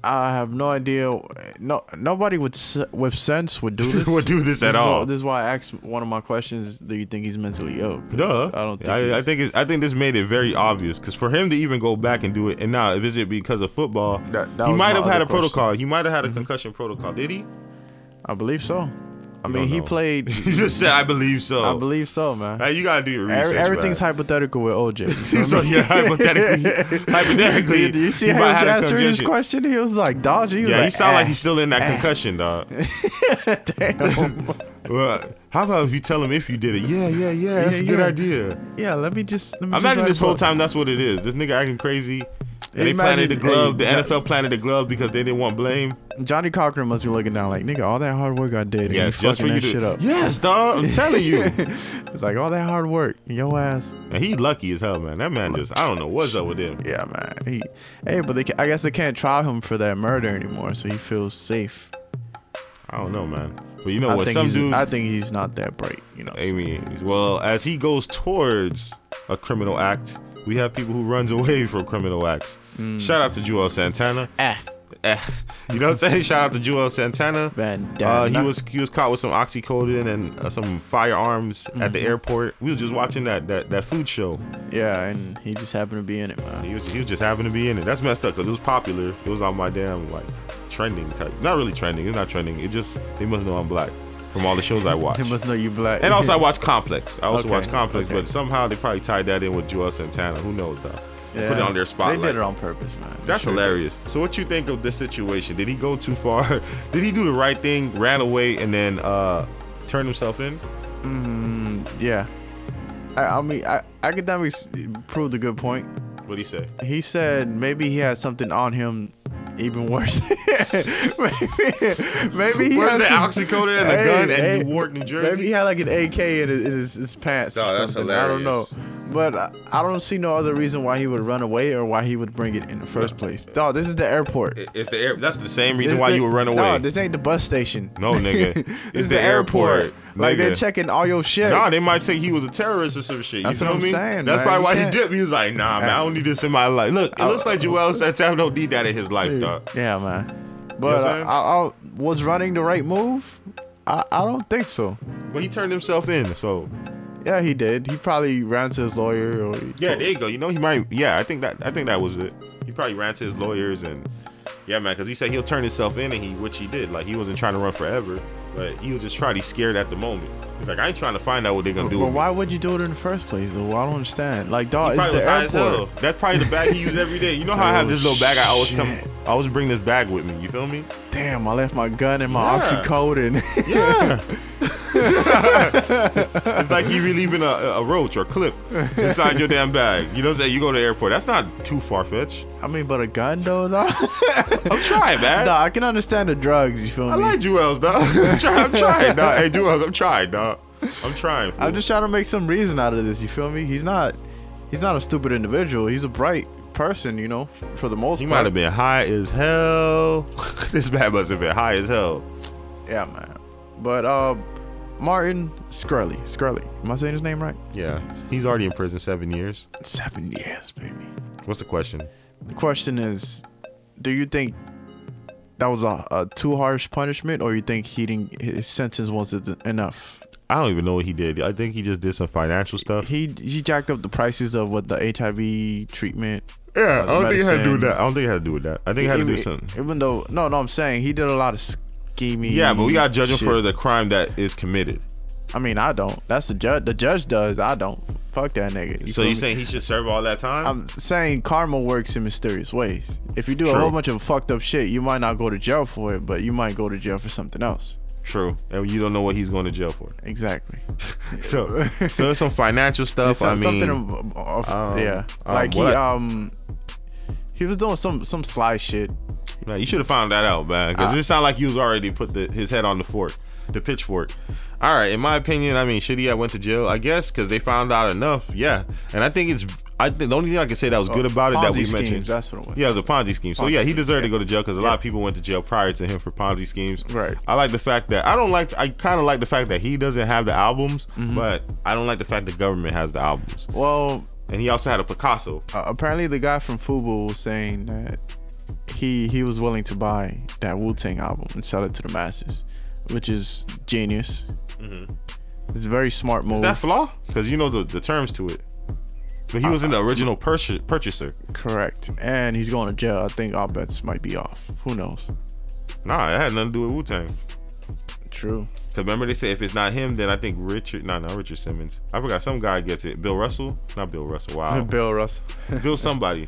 S2: I have no idea. No, nobody with s- with sense would do this.
S8: Would do this
S2: is
S8: at
S2: why-
S8: all.
S2: This is why I asked one of my questions. Do you think he's mentally ill? 'Cause
S8: Duh.
S2: I don't think.
S8: I, I
S2: he's-
S8: think it's, I think this made it very obvious because for him to even go back and do it, and now is it because of football?
S2: that
S8: he
S2: was
S8: might
S2: my
S8: have had
S2: other Mm-hmm.
S8: a protocol. He might have had a concussion protocol. Did he?
S2: I believe so. I mean, he played.
S8: You just said I believe so.
S2: I believe so, man.
S8: Hey, you gotta do your research.
S2: Every- everything's
S8: man.
S2: hypothetical with OJ. you
S8: So,
S2: feel me?
S8: yeah, hypothetically- hypothetically,
S2: Did you see
S8: he
S2: how
S8: might
S2: he was
S8: have had a
S2: answering this
S8: congestion.
S2: question? He was like dodgy. was
S8: yeah, he
S2: like,
S8: sound like
S2: "Eh."
S8: he's still in that concussion, dog. Damn. well, how about if you tell him if you did it? Yeah, yeah, yeah. That's a good idea.
S2: Yeah, let me just. Let me just
S8: Imagine
S2: write
S8: this
S2: a
S8: whole
S2: book.
S8: time that's what it is. This nigga acting crazy. And they
S2: Imagine-
S8: planted the glove.
S2: hey,
S8: the
S2: Jo-
S8: NFL planted the glove because they didn't want blame.
S2: Johnny Cochran must be looking down like, nigga, all that hard work I did, and you
S8: Yes, just for
S2: fucking
S8: you
S2: that
S8: to.
S2: shit up.
S8: Yes, dog. I'm telling you.
S2: it's like all that hard work, yo ass.
S8: And he lucky as hell, man. That man just. I don't know what's up with him.
S2: Yeah, man. He, hey, but they, ca- I guess they can't try him for that murder anymore, so he feels safe.
S8: I don't know, man. But you know
S2: I
S8: what?
S2: think
S8: Oh, Some
S2: he's-
S8: dude.
S2: I think he's not that bright. You know.
S8: I mean, well, as he goes towards a criminal act, we have people who runs away from criminal acts.
S2: Mm.
S8: Shout out to Joel Santana.
S2: Eh.
S8: Eh. You know what I'm saying? Shout out to Joel Santana. Uh, he was he was caught with some oxycodone and uh, some firearms at the
S2: Mhm.
S8: airport. We was just watching that that, that food show.
S2: Yeah, and he just happened to be in it, man.
S8: He was he was just happened to be in it. That's messed up because it was popular. It was on my damn like trending type. Not really trending. It's not trending. It just they must know I'm black from all the shows I watch.
S2: They must know you black.
S8: And also, I watch Complex. I also
S2: Okay,
S8: watch Complex,
S2: okay.
S8: but somehow they probably tied that in with Joel Santana. Who knows, though? They Put it
S2: Yeah,
S8: on their spotlight.
S2: They did it on purpose, man. They
S8: That's
S2: sure did.
S8: hilarious. So, what you think of this situation? Did he go too far? did he do the right thing, ran away, and then uh, turn himself in?
S2: Mm, yeah. I, I mean, I, academics proved a good point.
S8: What'd he say?
S2: He said maybe he had something on him even worse. maybe, maybe he
S8: Where's
S2: had
S8: the
S2: some-
S8: oxycodone and the
S2: Hey,
S8: gun, and
S2: hey,
S8: he wore it in New Jersey.
S2: Maybe he had like an AK in his, in his, his pants.
S8: No,
S2: or
S8: that's
S2: something. I don't know.
S8: hilarious.
S2: But I, I don't see no other reason why he would run away or why he would bring it in the first place. Dog, this is the airport.
S8: It- It's the air. That's the same reason
S2: This
S8: why
S2: the-
S8: you would run away.
S2: dawg, this ain't the bus station.
S8: no, nigga.
S2: This
S8: It's
S2: is
S8: the, airport.
S2: Like they're
S8: nigga.
S2: checking all your shit.
S8: Nah, they might say he was a terrorist or some shit. You
S2: That's
S8: know
S2: what I'm
S8: me?
S2: saying,
S8: That's
S2: man.
S8: probably
S2: You
S8: why he
S2: can't-
S8: dipped. He was like, nah, man, I don't need this in my life. Look, it looks like Joel Santana don't need that in his life, dog.
S2: Yeah, man.
S8: You know what
S2: But
S8: I'm saying?
S2: I, I, I was running the right move. I, I don't think so.
S8: But he turned himself in, so.
S2: Yeah, he did. He probably ran to his lawyer or.
S8: Yeah, there you go. You know he might. Yeah, I think that I think that was it. He probably ran to his lawyers and, yeah, man, because he said he'll turn himself in, and he which he did. Like he wasn't trying to run forever, but he was just trying. He scared at the moment. He's like, I ain't trying to find out what they're gonna do.
S2: But
S8: with me.
S2: why would you do it in the first place? Though I don't understand. Like, dog,
S8: He
S2: it's
S8: probably
S2: the
S8: was high as hell.
S2: airport.
S8: That's probably the bag he used every day. You know how I have
S2: Oh,
S8: this little bag. I always come.
S2: shit.
S8: I always bring this bag with me. You feel me?
S2: Damn, I left my gun and my
S8: Yeah.
S2: oxycodone.
S8: Yeah. it's like you relieving a, a roach or clip inside your damn bag. You know what I'm saying? You go to the airport. That's not too far fetched.
S2: I mean, but a gun though, dog.
S8: I'm trying, man.
S2: Nah, I can understand the drugs. You feel
S8: I
S2: me?
S8: like Jewels, dog. I'm trying, I'm trying, dog. Hey, Jewels, I'm trying, dog. I'm trying. fool.
S2: I'm just trying to make some reason out of this. You feel me? He's not, he's not a stupid individual. He's a bright person. You know, for the most
S8: He
S2: part.
S8: might have been high as hell. this man must have been high as hell.
S2: Yeah, man. But uh, Martin Scully, Scully. Am I saying his name right?
S8: Yeah. He's already in prison seven years.
S2: Seven years, baby.
S8: What's the question?
S2: The question is, do you think that was a, a too harsh punishment, or you think he didn't, his sentence wasn't enough?
S8: I don't even know what he did. I think he just did some financial stuff.
S2: He he jacked up the prices of what the HIV treatment.
S8: Yeah,
S2: uh,
S8: I don't think it had to do with
S2: medicine.
S8: that. I don't think it had to do with that. I think it had to do
S2: Even-
S8: something.
S2: Even though, no, no, I'm saying he did a lot of scheming.
S8: Yeah, but we gotta judge him
S2: shit.
S8: for the crime that is committed.
S2: I mean, I don't. That's the judge. The judge does. I don't. Fuck that nigga.
S8: so
S2: feel
S8: you
S2: me?
S8: saying he should serve all that time?
S2: I'm saying karma works in mysterious ways. If you do a
S8: True.
S2: whole bunch of fucked up shit, you might not go to jail for it, but you might go to jail for something else.
S8: True, and you don't know what he's going to jail for.
S2: Exactly.
S8: So, so it's some financial stuff.
S2: Some-
S8: I mean,
S2: something of, of-
S8: um,
S2: yeah,
S8: um,
S2: like he
S8: what?
S2: um, he was doing some some sly shit.
S8: Nah, you should have found that out, man. Because
S2: I-
S8: it sounded like you was already put the, his head on the fork, the pitchfork. All right, in my opinion, I mean, should he have went to jail? I guess because they found out enough. Yeah, and I think it's. I think the only thing I can say that was good about it that
S2: Uh, Ponzi
S8: we
S2: schemes,
S8: mentioned.
S2: that's what it was.
S8: Yeah, it was a Ponzi scheme. So
S2: Ponzi
S8: yeah, he
S2: schemes,
S8: deserved to
S2: yeah.
S8: go to jail because a lot of people went to jail prior to him for Ponzi schemes.
S2: Right.
S8: I like the fact that I don't like. I kind of like the fact that he doesn't have the albums,
S2: Mm-hmm.
S8: but I don't like the fact the government has the albums.
S2: Well,
S8: and he also had a Picasso.
S2: Uh, apparently, the guy from Fubu was saying that he he was willing to buy that Wu Tang album and sell it to the masses, which is genius. It's a very smart move.
S8: Mm-hmm. Is that flaw? Because you know the, the terms to it. But he wasn't the original purchase, purchaser.
S2: Correct. And he's going to jail. I think all bets might be off. Who knows?
S8: Nah, it had nothing to do with Wu Tang.
S2: True.
S8: Cause remember they say if it's not him, then I think Richard, nah, not Richard Simmons. I forgot some guy gets it. Bill Russell, not Bill Russell. Wow,
S2: Bill Hmm. Russell,
S8: Bill somebody.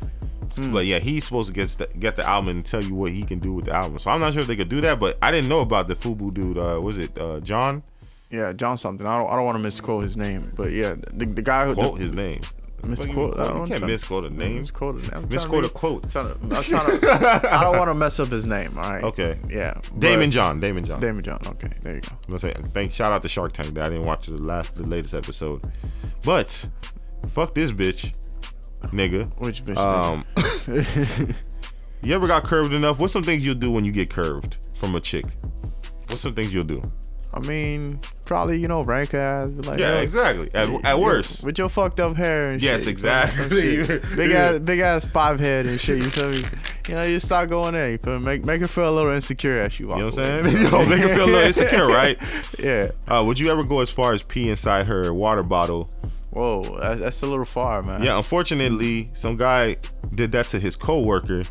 S8: But yeah, he's supposed to get st- get the album and tell you what he can do with the album. So I'm not sure if they could do that, but I didn't know about the Fubu dude. Uh, was it uh, John?
S2: Yeah, John something. I don't I don't want to misquote his name, but yeah, the, the guy who
S8: Quote
S2: the,
S8: his name.
S2: Misquote.
S8: You can't misquote a name.
S2: Misquote a name.
S8: Misquote a quote.
S2: I'm trying to, I don't want to mess up his name. All right.
S8: Okay.
S2: Yeah.
S8: Damon
S2: but-
S8: John. Damon John.
S2: Damon John. Okay. There you go.
S8: I'm gonna say thank shout out to Shark Tank that I didn't watch the last the latest episode. But fuck this bitch. Nigga.
S2: Which bitch?
S8: Um You ever got curved enough? What's some things you'll do when you get curved from a chick? What's some things you'll do?
S2: I mean, probably you know, rank ass. Like,
S8: Yeah,
S2: yo,
S8: exactly. At-
S2: y-
S8: at
S2: yo,
S8: worst.
S2: with your fucked up hair. And
S8: Yes,
S2: shit, you
S8: exactly.
S2: feel me? Some shit. big ass, big ass five head and shit. You feel me? You know, you start going there. You feel me? Make make her feel a little insecure as you walk.
S8: You know what
S2: away.
S8: I'm saying? Yo, make her feel a little insecure, right?
S2: Yeah.
S8: Uh, would you ever go as far as pee inside her water bottle?
S2: Whoa, that's, that's a little far, man.
S8: Yeah, unfortunately, some guy did that to his coworker.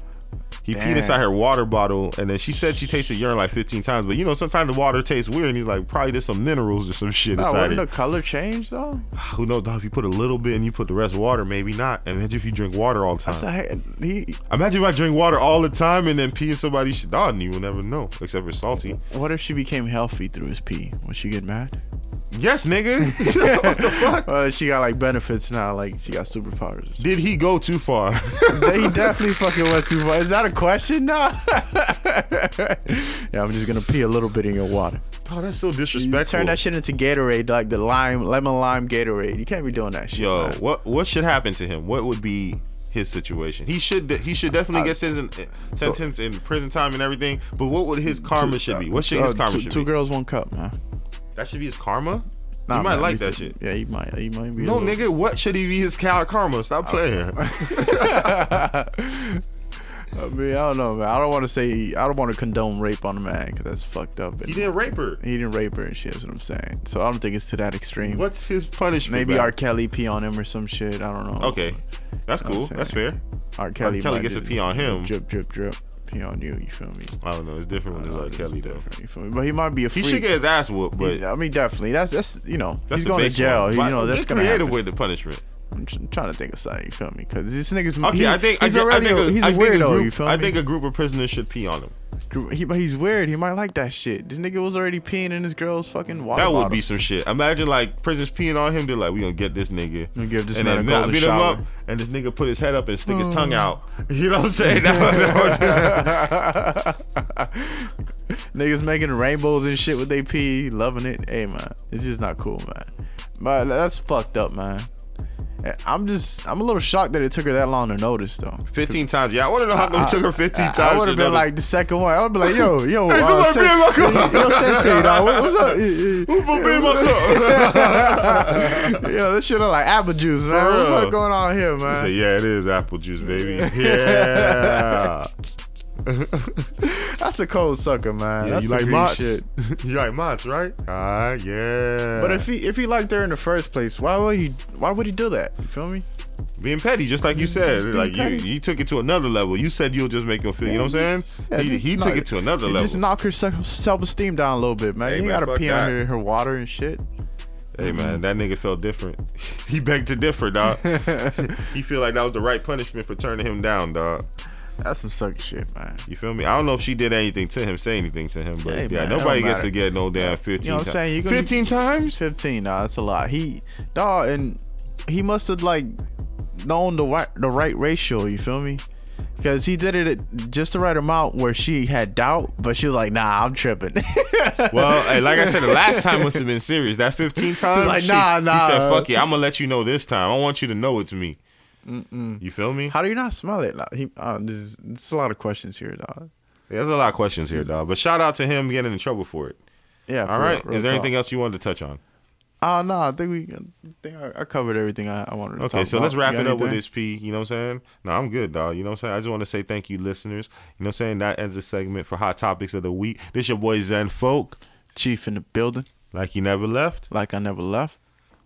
S8: He peed
S2: Damn.
S8: inside her water bottle, and then she said she tasted urine like 15 times. But you know, sometimes the water tastes weird, and he's like, probably there's some minerals or some shit
S2: Nah,
S8: inside
S2: wouldn't
S8: it.
S2: the color change though?
S8: Who knows? dog, If you put a little bit and you put the rest water, maybe not. And imagine if you drink water all the time.
S2: That's a, hey, he.
S8: imagine if I drink water all the time and then pee in somebody's shit. Dog, you will never know, except for salty.
S2: What if she became healthy through his pee? Would she get mad?
S8: Yes, nigga. what the fuck?
S2: Uh, she got like benefits now. Like she got superpowers.
S8: Did he go too far?
S2: he definitely fucking went too far. Is that a question? No. yeah, I'm just gonna pee a little bit in your water.
S8: Oh, that's so disrespectful.
S2: Turn that shit into Gatorade, like the lime, lemon lime Gatorade. You can't be doing that shit.
S8: Yo,
S2: man.
S8: what what should happen to him? What would be his situation? He should he should definitely get sentence sentence in prison time and everything. But what would his karma should be? What should his
S2: Uh,
S8: karma
S2: two,
S8: should
S2: two
S8: be?
S2: girls, one cup, man.
S8: That should be his karma.
S2: Nah,
S8: you might
S2: man,
S8: like
S2: he's
S8: that
S2: a-
S8: shit.
S2: Yeah, he might. He might be. a
S8: No,
S2: little-
S8: nigga, what should he be his cow karma? Stop playing.
S2: I mean, I don't know, man. I don't want to say I don't want to condone rape on a man because that's fucked up.
S8: He didn't rape her.
S2: He didn't rape her and shit. Is what I'm saying. So I don't think it's to that extreme.
S8: What's his punishment?
S2: Maybe
S8: back?
S2: R. Kelly pee on him or some shit. I don't know.
S8: Okay, that's
S2: You know what
S8: cool.
S2: I'm
S8: That's
S2: saying?
S8: fair.
S2: R. Kelly,
S8: Kelly
S2: might
S8: gets to
S2: just
S8: pee on him.
S2: Drip, drip, drip. Pee on you. You feel me?
S8: I don't know. It's different when it's R. Kelly though.
S2: But he might be a
S8: He
S2: freak.
S8: should get his ass whooped, but
S2: He's- I mean, definitely. That's that's you know
S8: That's
S2: he's
S8: the
S2: going to
S8: baseline.
S2: jail. You
S8: Why-
S2: know that's
S8: get
S2: gonna
S8: creative
S2: happen.
S8: with the punishment.
S2: I'm tr- trying to think of something. You feel me? Because this nigga's
S8: Okay,
S2: he-
S8: I think
S2: he's
S8: I, think- I
S2: already
S8: think
S2: a, he's
S8: I
S2: a
S8: think a
S2: weirdo.
S8: group-
S2: you feel
S8: I
S2: me?
S8: think a group of prisoners should pee on him.
S2: He, but he's weird. He might like that shit. This nigga was already peeing in his girl's fucking water
S8: that would
S2: bottle.
S8: be some shit. Imagine like prisoners peeing on him. They're like, "We gonna get this nigga."
S2: Gonna give this
S8: and
S2: man
S8: then
S2: a
S8: knock-
S2: golden
S8: beat him
S2: shower.
S8: up, and this nigga put his head up and stick his
S2: Oh.
S8: tongue out. You know what I'm saying? That was- that
S2: Niggas making rainbows and shit with they pee, loving it. Hey man, it's just not cool, man. But that's fucked up, man. And I'm just, I'm a little shocked that it took her that long to notice, though.
S8: 15 times. Yeah, I want to know how come it took her 15
S2: I- I
S8: times
S2: would
S8: to
S2: have been
S8: notice.
S2: like the second one. I would be like, yo, yo,
S8: Hey,
S2: uh,
S8: somebody
S2: sen-
S8: being my
S2: yo, sensei, dog. What, what's up?
S8: Who for being my
S2: yo, this shit look like apple juice, man. What the
S8: real.
S2: fuck going on here,
S8: was-
S2: man?
S8: He said, "Yeah, it is apple juice, baby. Yeah."
S2: That's a cold sucker, man.
S8: Yeah,
S2: That's
S8: you
S2: some
S8: like
S2: green
S8: Mott's?
S2: shit.
S8: you like Mott's, right? Ah, yeah.
S2: But if he if he liked her in the first place, why would he why would he do that? You feel me?
S8: being petty, just like you said,
S2: being
S8: like you,
S2: petty.
S8: you took it to another level. You said you'll just make him feel. You know what I'm saying?
S2: Yeah,
S8: he
S2: just
S8: he
S2: knock-
S8: took it to another
S2: you
S8: level.
S2: Just knock her self esteem down a little bit, man.
S8: Hey,
S2: you
S8: man,
S2: gotta
S8: fuck
S2: pee on
S8: that.
S2: her, her water and shit.
S8: Hey man, that nigga felt different. he begged to differ, dog. he feel like that was the right punishment for turning him down, dog.
S2: That's some sucky shit, man.
S8: You feel me? I don't know if she did anything to him, say anything to him, but
S2: Hey,
S8: yeah,
S2: man, it
S8: nobody
S2: don't
S8: gets to
S2: matter.
S8: get no damn fifteen.
S2: You know what I'm
S8: times.
S2: saying? You're
S8: 15 times?
S2: 15, nah, that's a lot. He, dog, and he must have, like, known the right, the right ratio, you feel me? Because he did it at just the right amount where she had doubt, but she was like, nah, I'm tripping.
S8: Well, hey, like I said, the last time must have been serious. That 15 times,
S2: Like,
S8: she-
S2: nah, nah.
S8: He said, "Fuck it, I'm gonna let you know this time. I want you to know it's me." You feel me?
S2: How do you not smell it? Like, he, uh, there's, there's a lot of questions here, dog.
S8: Yeah, There's a lot of questions here, dog. But shout out to him getting in trouble for it.
S2: Yeah.
S8: All
S2: for
S8: right.
S2: real, real
S8: Is there
S2: talk.
S8: anything else you wanted to touch on?
S2: Oh no, I think we, I think I, I covered everything I, I wanted to talk
S8: Okay, so
S2: about.
S8: let's wrap
S2: You
S8: it
S2: got
S8: up with
S2: anything?
S8: this P. You know what I'm saying? No, I'm good, dog. You know what I'm saying? I just want to say thank you, listeners. You know what I'm saying? That ends the segment for Hot Topics of the Week. This your boy Zen Folk.
S2: Chief in the building.
S8: Like you never left.
S2: Like I never left.